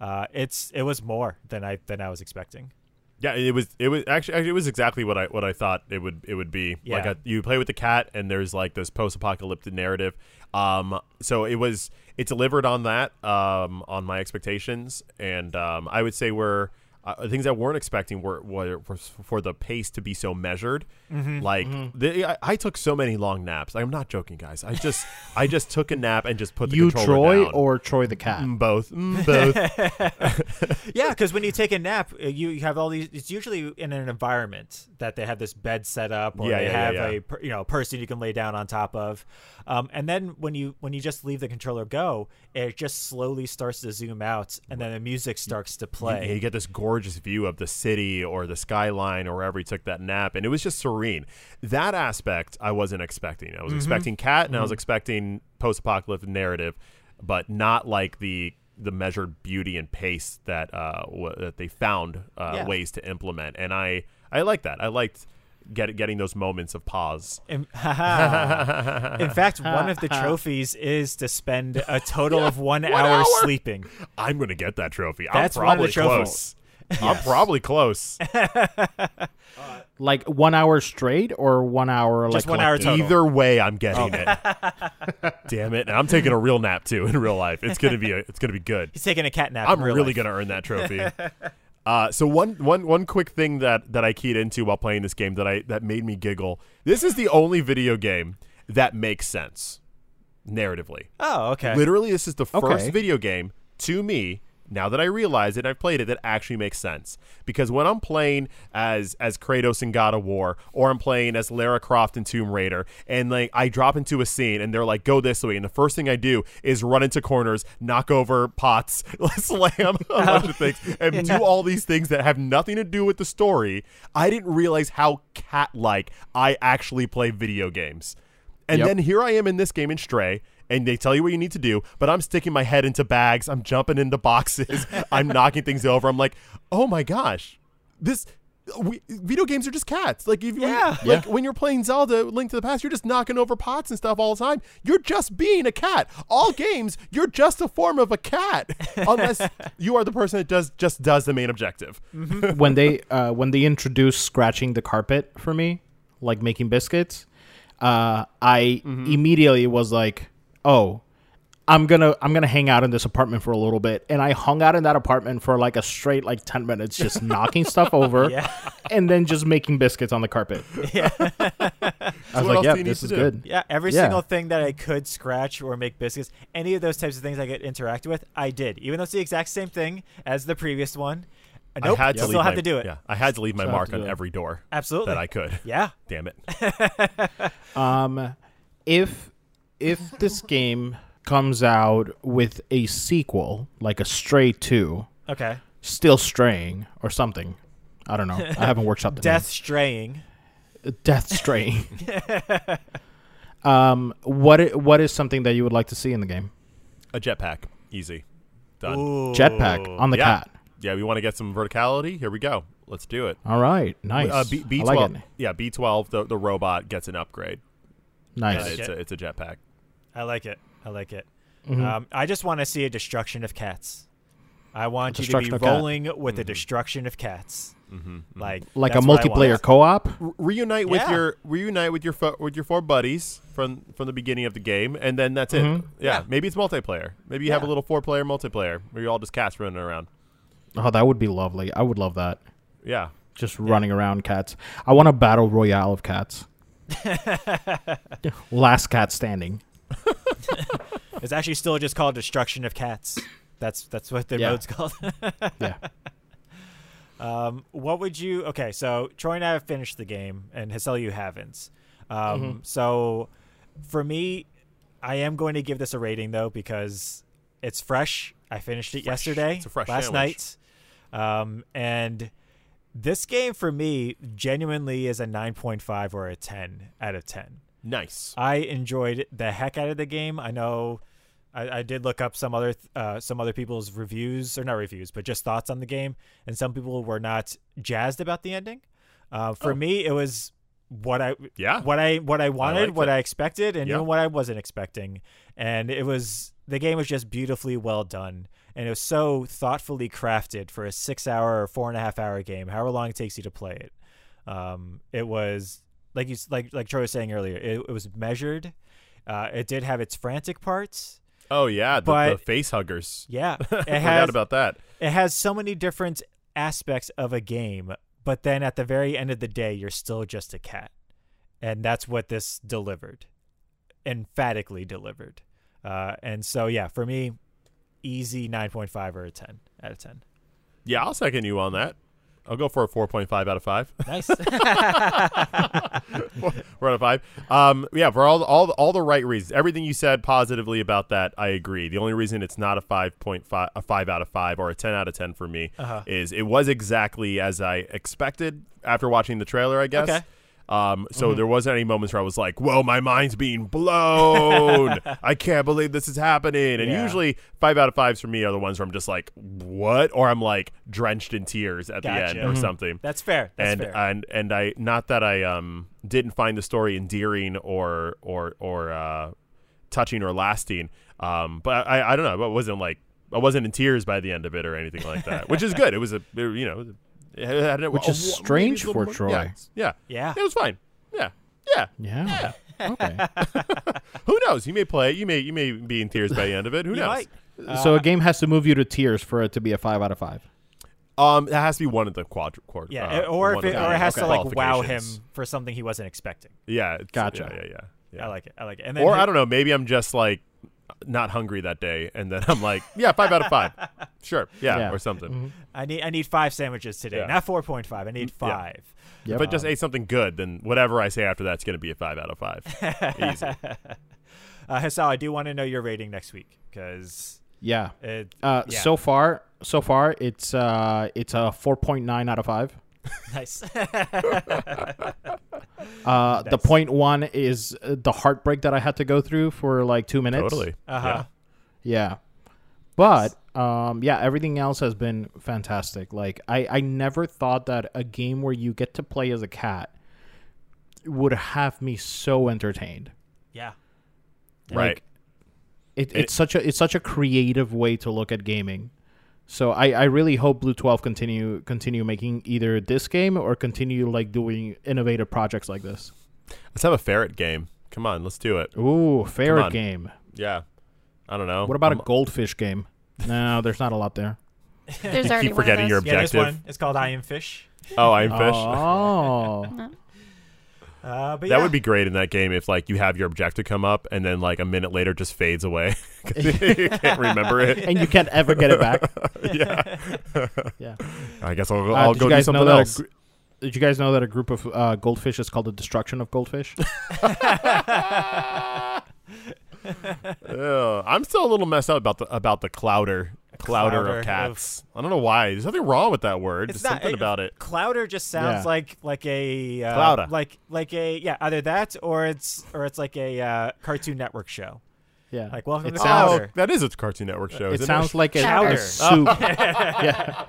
Speaker 2: Uh, it's it was more than I than I was expecting.
Speaker 3: Yeah, it was it was actually, actually it was exactly what I what I thought it would it would be.
Speaker 2: Yeah.
Speaker 3: Like a, you play with the cat and there's like this post-apocalyptic narrative. Um so it was it delivered on that um on my expectations and um I would say we're uh, things I weren't expecting were, were, were s- for the pace to be so measured.
Speaker 4: Mm-hmm,
Speaker 3: Like The, I, I took so many long naps. I'm not joking, guys. I just I just took a nap and just put the
Speaker 4: You
Speaker 3: controller
Speaker 4: Troy
Speaker 3: down.
Speaker 4: or Troy the cat?
Speaker 3: Mm, both Mm, both
Speaker 2: Yeah, because when you take a nap, uh, you, you have all these. It's usually in an environment that they have this bed set up, or
Speaker 3: Yeah,
Speaker 2: they
Speaker 3: yeah, yeah,
Speaker 2: have
Speaker 3: yeah.
Speaker 2: a per- you know a person you can lay down on top of. Um, and then when you when you just leave the controller go, it just slowly starts to zoom out, and then the music starts to
Speaker 3: you- You,
Speaker 2: play.
Speaker 3: get this gorgeous view of the city or the skyline or wherever he took that nap, and it was just serene. That aspect I wasn't expecting. I
Speaker 2: Mm-hmm.
Speaker 3: was expecting cat, and I was expecting post-apocalyptic narrative, but not like the the measured beauty and pace that uh, w- that they found uh,
Speaker 2: Yeah.
Speaker 3: ways to implement. And I I like that. I liked get, getting those moments of pause.
Speaker 2: In, haha. In fact, one of the trophies is to spend a total of one, hour,
Speaker 3: hour.
Speaker 2: sleeping.
Speaker 3: I'm gonna get that trophy.
Speaker 2: That's
Speaker 3: I'm
Speaker 2: one of the
Speaker 3: probably
Speaker 2: trophies.
Speaker 3: close. I'm probably close.
Speaker 4: Like one hour straight or one hour like
Speaker 2: Just one hour total.
Speaker 4: collective?
Speaker 3: Either way, I'm getting it. Damn it! And I'm taking a real nap too in real life. It's gonna be a, it's gonna be good.
Speaker 2: He's taking a cat nap.
Speaker 3: I'm
Speaker 2: in real
Speaker 3: really
Speaker 2: life.
Speaker 3: gonna earn that trophy. Uh, so one, one, one quick thing that, that I keyed into while playing this game that I that made me giggle. This is the only video game that makes sense narratively.
Speaker 2: Oh, okay.
Speaker 3: Literally, this is the first
Speaker 4: Okay.
Speaker 3: video game to me. Now that I realize it, and I've played it, that actually makes sense. Because when I'm playing as as Kratos in God of War, or I'm playing as Lara Croft in Tomb Raider, and like I drop into a scene, and they're like, "Go this way," and the first thing I do is run into corners, knock over pots, slam a bunch of things, and do all these things that have nothing to do with the story. I didn't realize how cat like I actually play video games. And
Speaker 4: Yep.
Speaker 3: then here I am in this game in Stray, and they tell you what you need to do, but I'm sticking my head into bags, I'm jumping into boxes, I'm knocking things over. I'm like, oh my gosh, this. We, video games are just cats. Like if you,
Speaker 2: Yeah.
Speaker 3: like when you're playing Zelda Link to the Past, you're just knocking over pots and stuff all the time. You're just being a cat. All games, you're just a form of a cat, unless you are the person that does just does the main objective.
Speaker 4: when they uh, when they introduced scratching the carpet for me, like making biscuits, uh, I
Speaker 3: Mm-hmm.
Speaker 4: immediately was like, "Oh, I'm gonna I'm gonna hang out in this apartment for a little bit," and I hung out in that apartment for like a straight like ten minutes, just knocking stuff over, and then just making biscuits on the carpet. I
Speaker 3: what
Speaker 4: was like,
Speaker 3: else do
Speaker 4: "Yeah,
Speaker 3: you need
Speaker 4: this
Speaker 3: to
Speaker 4: is
Speaker 3: do?"
Speaker 4: good."
Speaker 2: Yeah, every
Speaker 4: Yeah.
Speaker 2: single thing that I could scratch or make biscuits, any of those types of things I could interact with, I did. Even though it's the exact same thing as the previous one. Uh, Nope,
Speaker 3: I had to
Speaker 2: still
Speaker 3: leave
Speaker 2: had
Speaker 3: my-
Speaker 2: to do it.
Speaker 3: Yeah, I had to leave my
Speaker 4: Still have
Speaker 3: mark
Speaker 4: to
Speaker 3: on
Speaker 4: do it.
Speaker 3: every door
Speaker 2: Absolutely.
Speaker 3: that I could.
Speaker 2: Yeah.
Speaker 3: Damn it.
Speaker 4: Um, if if this game comes out with a sequel, like a Stray Two,
Speaker 2: Okay.
Speaker 3: Mm-hmm.
Speaker 4: still straying or something. I don't know. I haven't workshopped the
Speaker 2: Death straying.
Speaker 4: name. death straying. um, what i- what is something that you would like to see in the game?
Speaker 3: A jetpack, easy, done.
Speaker 2: Ooh.
Speaker 4: Jetpack on the
Speaker 3: yeah.
Speaker 4: cat.
Speaker 3: Yeah, we want to get some verticality. Here we go. Let's do it.
Speaker 4: All right, nice.
Speaker 3: Uh, B, B12.
Speaker 4: I like it.
Speaker 3: Yeah, B12, the, the robot gets an upgrade. Uh,
Speaker 4: Nice.
Speaker 3: it's, a, it's a jetpack.
Speaker 2: I like it. I like it.
Speaker 3: Mm-hmm.
Speaker 2: Um, I just want to see a destruction of cats. I want you to be
Speaker 4: Destruction of cat.
Speaker 2: rolling with
Speaker 3: Mm-hmm.
Speaker 2: the destruction of cats. Like
Speaker 4: Like a
Speaker 2: that's what I want.
Speaker 4: multiplayer co-op.
Speaker 3: R- reunite with
Speaker 2: Yeah.
Speaker 3: your reunite with your fo- with your four buddies from from the beginning of the game, and then that's
Speaker 4: Mm-hmm.
Speaker 3: it. Yeah,
Speaker 2: Yeah.
Speaker 3: maybe it's multiplayer. Maybe you have a
Speaker 2: Yeah.
Speaker 3: little four player multiplayer where you're all just cats running around.
Speaker 4: Oh, that would be lovely. I would love that.
Speaker 3: Yeah,
Speaker 4: Just running around cats. I want a battle royale of cats. Last cat standing.
Speaker 2: It's actually still just called destruction of cats. That's that's what the
Speaker 4: Yeah.
Speaker 2: mode's called.
Speaker 4: Yeah.
Speaker 2: Um, what would you? Okay, so Troy and I have finished the game, and Hassel, you haven't. Um,
Speaker 3: Mm-hmm.
Speaker 2: So for me, I am going to give this a rating though because it's fresh. I finished it yesterday,
Speaker 3: It's a fresh
Speaker 2: last
Speaker 3: sandwich.
Speaker 2: night, um, and this game for me genuinely is a nine point five or a ten out of ten.
Speaker 3: nice.
Speaker 2: I enjoyed the heck out of the game. I know I, I did look up some other th- uh, some other people's reviews or not reviews, but just thoughts on the game, and some people were not jazzed about the ending. Uh, for me, it was what I
Speaker 3: Yeah.
Speaker 2: what I what I wanted,
Speaker 3: liked
Speaker 2: what
Speaker 3: it.
Speaker 2: I expected, and
Speaker 3: Yeah.
Speaker 2: even what I wasn't expecting. And it was the game was just beautifully well done, and it was so thoughtfully crafted for a six-hour or four and a half-hour game, however long it takes you to play it. Um, it was like you s- like like Troy was saying earlier. It, it was measured. Uh, it did have its frantic parts.
Speaker 3: Oh yeah, the, the
Speaker 2: But-
Speaker 3: face huggers.
Speaker 2: Yeah,
Speaker 3: I
Speaker 2: it
Speaker 3: forgot
Speaker 2: has
Speaker 3: about that.
Speaker 2: it has so many different aspects of a game, but then at the very end of the day, you're still just a cat, and that's what this delivered, emphatically delivered. Uh, and so, yeah, for me, easy nine point five or a ten out of ten.
Speaker 3: Yeah, I'll second you on that. I'll go for a 4.5 out of 5.
Speaker 2: Nice.
Speaker 3: We're on a five. Um, yeah, for all all all the right reasons. Everything you said positively about that, I agree. The only reason it's not a five point five, a five out of five, or a ten out of ten for me
Speaker 2: Uh-huh.
Speaker 3: is it was exactly as I expected after watching the trailer. I guess.
Speaker 2: Okay. Mm-hmm.
Speaker 3: Um, so there wasn't any moments where I was like, "Whoa, my mind's being blown! I can't believe this is happening." And
Speaker 2: Yeah.
Speaker 3: usually, five out of fives for me are the ones where I'm just like, "What?" or I'm like drenched in tears at
Speaker 2: Gotcha.
Speaker 3: the end or
Speaker 2: Mhm.
Speaker 3: something.
Speaker 2: That's fair. That's
Speaker 3: and uh,
Speaker 2: fair.
Speaker 3: and and I not that I um didn't find the story endearing or or or uh, touching or lasting. Um, but I I don't know. I wasn't like I wasn't in tears by the end of it or anything like that, which is good. It was a it- you know, it had a-
Speaker 4: Which
Speaker 3: a-
Speaker 4: is
Speaker 3: maybe
Speaker 4: strange
Speaker 3: a little
Speaker 4: for
Speaker 3: more-
Speaker 4: Troy.
Speaker 3: Yeah, yeah,
Speaker 2: Yeah.
Speaker 3: It was fine. Yeah, yeah.
Speaker 4: Yeah. Okay.
Speaker 3: Who knows? You may play. it. You may you may be in tears by the end of it. Who
Speaker 2: You
Speaker 3: knows?
Speaker 2: might.
Speaker 4: so a game has to move you to tears for it to be a five out of five.
Speaker 3: Um, that has to be one of the quadru- quadru-
Speaker 2: Yeah,
Speaker 3: uh,
Speaker 2: or if
Speaker 3: one of
Speaker 2: it,
Speaker 3: the
Speaker 2: or it has to like wow him
Speaker 3: qualifications.
Speaker 2: for something he wasn't expecting.
Speaker 3: Yeah, it's-
Speaker 4: Gotcha.
Speaker 3: Yeah, yeah, yeah. yeah.
Speaker 2: I like it. I like it. And then
Speaker 3: Or
Speaker 2: he-
Speaker 3: I don't know. Maybe I'm just like not hungry that day, and then I'm like, yeah, five out of five. Sure, yeah,
Speaker 4: Yeah.
Speaker 3: or something.
Speaker 2: I need I need five sandwiches today,
Speaker 3: Yeah.
Speaker 2: not four point five. I need
Speaker 3: yeah.
Speaker 2: five.
Speaker 4: Yep.
Speaker 3: If I just ate something good, then whatever I say after that's going to be a five out of five. Easy.
Speaker 2: Uh, Hassel, I do want to know your rating next week because
Speaker 4: yeah.
Speaker 2: it.
Speaker 4: Uh,
Speaker 2: yeah,
Speaker 4: So far, so far, it's uh, it's a four point nine out of five.
Speaker 2: nice.
Speaker 4: Uh-huh. Uh, The
Speaker 2: Nice.
Speaker 4: point one is uh, the heartbreak that I had to go through for like two minutes.
Speaker 3: Totally.
Speaker 2: Uh-huh.
Speaker 4: Yeah. But um, yeah, everything else has been fantastic. Like I, I never thought that a game where you get to play as a cat would have me so entertained.
Speaker 2: Yeah.
Speaker 3: Yeah. Right.
Speaker 4: Like, it, it's
Speaker 3: It-
Speaker 4: such a it's such a creative way to look at gaming. So I, I really hope Blue Twelve continue continue making either this game or continue like doing innovative projects like this.
Speaker 3: let's have a ferret game. Come on, let's do it.
Speaker 4: Ooh,
Speaker 3: Come
Speaker 4: favorite
Speaker 3: on.
Speaker 4: game.
Speaker 3: Yeah. I don't know.
Speaker 4: What about
Speaker 3: Oh, I'm-
Speaker 4: a goldfish game? No, there's not a lot there.
Speaker 5: There's
Speaker 3: You
Speaker 5: already
Speaker 3: keep
Speaker 5: one of
Speaker 3: forgetting your
Speaker 5: those.
Speaker 2: Yeah. This
Speaker 3: objective.
Speaker 2: one. It's called I am fish.
Speaker 3: oh, I'm fish.
Speaker 4: Oh,
Speaker 2: Uh, but
Speaker 3: That
Speaker 2: yeah.
Speaker 3: would be great in that game if like you have your objective come up and then like a minute later just fades away 'Cause you can't remember it.
Speaker 4: and you can't ever get it back.
Speaker 3: yeah,
Speaker 4: Yeah.
Speaker 3: I guess I'll,
Speaker 4: Uh,
Speaker 3: I'll
Speaker 4: did
Speaker 3: go
Speaker 4: you
Speaker 3: do
Speaker 4: guys know
Speaker 3: something
Speaker 4: that a
Speaker 3: else.
Speaker 4: gr- Did you guys know that a group of uh, goldfish is called the destruction of goldfish?
Speaker 3: Ugh. I'm still a little messed up about the about the clouder clouder,
Speaker 2: clouder
Speaker 3: of
Speaker 2: of-
Speaker 3: cats. I don't know why. There's nothing wrong with that word.
Speaker 2: It's
Speaker 3: Just
Speaker 2: not-
Speaker 3: something
Speaker 2: it-
Speaker 3: about it.
Speaker 2: Clouder just sounds
Speaker 4: Yeah.
Speaker 2: like like a uh,
Speaker 3: Clouder.
Speaker 2: like like a yeah either that or it's or it's like a uh, Cartoon Network show
Speaker 4: yeah,
Speaker 2: like welcome
Speaker 4: It
Speaker 2: to
Speaker 4: sounds-
Speaker 2: Clouder.
Speaker 3: that is a Cartoon Network show.
Speaker 4: it
Speaker 3: isn't
Speaker 4: sounds like a,
Speaker 5: Chowder.
Speaker 4: a soup. yeah.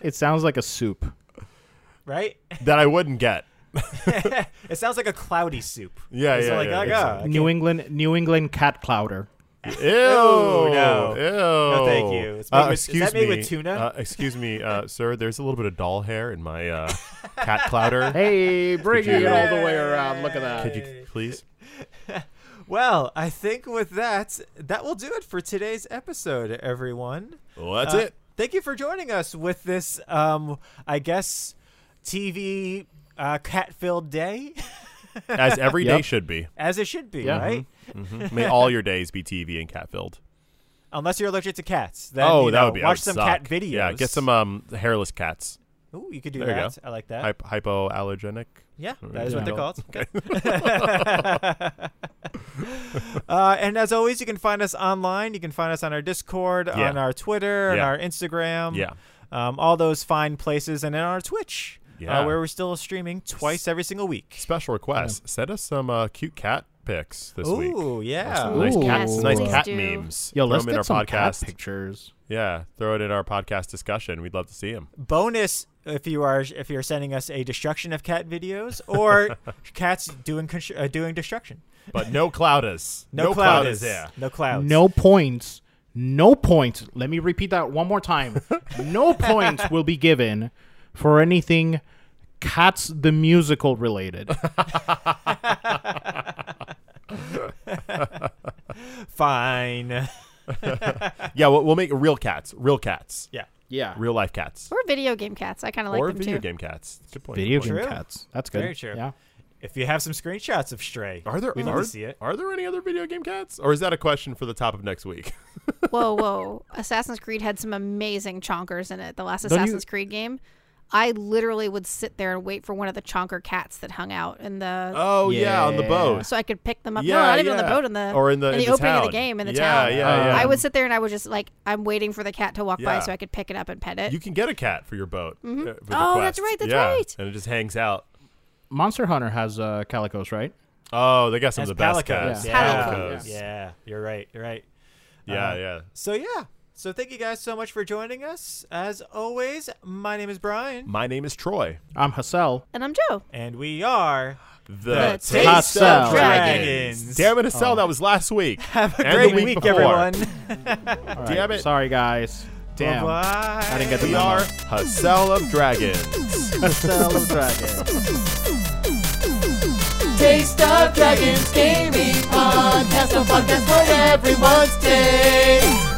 Speaker 4: It sounds like a soup.
Speaker 2: right?
Speaker 3: that I wouldn't get.
Speaker 2: It sounds like a cloudy soup.
Speaker 3: Yeah,
Speaker 2: It's
Speaker 3: yeah,
Speaker 2: like,
Speaker 3: yeah,
Speaker 2: like,
Speaker 3: yeah.
Speaker 2: ah,
Speaker 4: New England, New England cat clouder.
Speaker 3: Ew,
Speaker 2: no.
Speaker 3: ew.
Speaker 2: No, thank you. It's made
Speaker 3: Uh,
Speaker 2: with- is
Speaker 3: excuse
Speaker 2: that made
Speaker 3: me,
Speaker 2: with tuna?
Speaker 3: Uh, excuse me, uh, sir. There's a little bit of doll hair in my uh, cat clouder.
Speaker 4: Hey, bring
Speaker 3: Could
Speaker 4: it
Speaker 3: you-
Speaker 4: all the way around. Look at that.
Speaker 3: Could you please?
Speaker 2: Well, I think with that, that will do it for today's episode, everyone.
Speaker 3: Well, that's
Speaker 2: Uh,
Speaker 3: it.
Speaker 2: Thank you for joining us with this, um, I guess, TV uh, cat-filled day,
Speaker 3: As every day
Speaker 4: Yep.
Speaker 3: should be.
Speaker 2: as it should be,
Speaker 4: Yeah.
Speaker 2: right?
Speaker 3: Mm-hmm. May all your days be TV and cat filled.
Speaker 2: Unless you're allergic to cats. Then,
Speaker 3: Oh,
Speaker 2: you
Speaker 3: that
Speaker 2: know,
Speaker 3: would be I
Speaker 2: Watch
Speaker 3: would
Speaker 2: some
Speaker 3: suck.
Speaker 2: cat videos.
Speaker 3: Yeah, get some um, hairless cats.
Speaker 2: Ooh, you could do
Speaker 3: There you
Speaker 2: that. I like that.
Speaker 3: Hy- hypoallergenic.
Speaker 2: Yeah,
Speaker 3: Or
Speaker 2: that is what they're
Speaker 4: something
Speaker 2: called. uh, and as always, you can find us online. You can find us on our Discord,
Speaker 3: Yeah.
Speaker 2: on our Twitter, on
Speaker 3: Yeah.
Speaker 2: our Instagram.
Speaker 3: Yeah.
Speaker 2: Um, all those fine places, and then on our Twitch, uh,
Speaker 3: Yeah.
Speaker 2: where we're still streaming twice every single week.
Speaker 3: Special request. Send us some uh, cute cat pics this week.
Speaker 2: Ooh,
Speaker 3: Or
Speaker 2: yeah.
Speaker 3: some nice
Speaker 4: Ooh.
Speaker 3: cat,
Speaker 4: Yes,
Speaker 3: nice
Speaker 4: please
Speaker 3: cat
Speaker 5: do.
Speaker 3: memes.
Speaker 4: Yo,
Speaker 3: throw
Speaker 4: let's
Speaker 3: them in
Speaker 4: get
Speaker 3: our
Speaker 4: some cat
Speaker 3: podcast.
Speaker 4: pictures.
Speaker 3: yeah, throw it in our podcast discussion. We'd love to see them.
Speaker 2: Bonus if you are if you're sending us a destruction of cat videos or cats doing constr- uh, doing destruction.
Speaker 3: But no cloudas.
Speaker 2: No,
Speaker 3: cloud
Speaker 2: clouds.
Speaker 3: is there.
Speaker 2: No clouds.
Speaker 4: No points. No points. Let me repeat that one more time. No points will be given for anything Cats the Musical related.
Speaker 2: Fine.
Speaker 3: Yeah, we'll, we'll make real cats. Real cats.
Speaker 2: yeah.
Speaker 4: Yeah.
Speaker 3: Real life cats.
Speaker 5: Or video game cats. I kind of like
Speaker 3: or
Speaker 5: them
Speaker 3: video
Speaker 5: too.
Speaker 3: game cats. Good point.
Speaker 4: Video
Speaker 3: good point.
Speaker 4: game
Speaker 2: True.
Speaker 4: cats. That's good.
Speaker 2: Very true.
Speaker 4: Yeah.
Speaker 2: If you have some screenshots of Stray,
Speaker 3: Are there
Speaker 2: we need
Speaker 3: are,
Speaker 2: to see it.
Speaker 3: are there any other video game cats? Or is that a question for the top of next week?
Speaker 5: Whoa, whoa! Assassin's Creed had some amazing chonkers in it. The last
Speaker 4: Don't you-
Speaker 5: Assassin's Creed game, I literally would sit there and wait for one of the chonker cats that hung out in the
Speaker 3: Oh yeah, on the
Speaker 4: Yeah.
Speaker 3: boat.
Speaker 5: so I could pick them up.
Speaker 3: Yeah,
Speaker 5: no, not even on
Speaker 3: yeah.
Speaker 5: the boat in the
Speaker 3: Or in the- in the
Speaker 5: opening of
Speaker 3: town.
Speaker 5: the game in the
Speaker 3: Yeah,
Speaker 5: town.
Speaker 3: yeah,
Speaker 4: yeah.
Speaker 5: I would sit there and I would just like I'm waiting for the cat to walk
Speaker 3: Yeah.
Speaker 5: by so I could pick it up and pet it.
Speaker 3: You can get a cat for your boat. uh, for the
Speaker 5: Oh, that's
Speaker 3: quest.
Speaker 5: right, that's
Speaker 3: Yeah,
Speaker 5: right.
Speaker 3: And it just hangs out.
Speaker 4: Monster Hunter has uh, calicos, right?
Speaker 3: Oh, they got some
Speaker 2: That's
Speaker 3: of the best
Speaker 2: Palico.
Speaker 3: cats.
Speaker 5: Yeah.
Speaker 3: Palicos.
Speaker 5: Palico,
Speaker 3: Yeah,
Speaker 2: Yeah, you're right. You're right.
Speaker 3: yeah.
Speaker 2: Uh, So yeah. So thank you guys so much for joining us. As always, my name is Brian,
Speaker 3: My name is Troy.
Speaker 4: I'm Hassel.
Speaker 5: And I'm Joe.
Speaker 2: and we are.
Speaker 3: The,
Speaker 5: Taste
Speaker 4: of
Speaker 2: Dragons. Oh.
Speaker 3: Damn it, Estelle, that was last week.
Speaker 2: Have a
Speaker 3: And the
Speaker 2: great
Speaker 3: week
Speaker 2: week,
Speaker 3: before.
Speaker 2: everyone.
Speaker 4: All right.
Speaker 3: Damn it.
Speaker 4: Sorry, guys. Damn.
Speaker 2: Bye.
Speaker 4: I didn't get the
Speaker 3: We
Speaker 4: memo.
Speaker 3: are Hassel of Dragons.
Speaker 4: Hassel of Dragons.
Speaker 1: Taste of Dragons Gaming Podcast, a podcast for everyone's taste.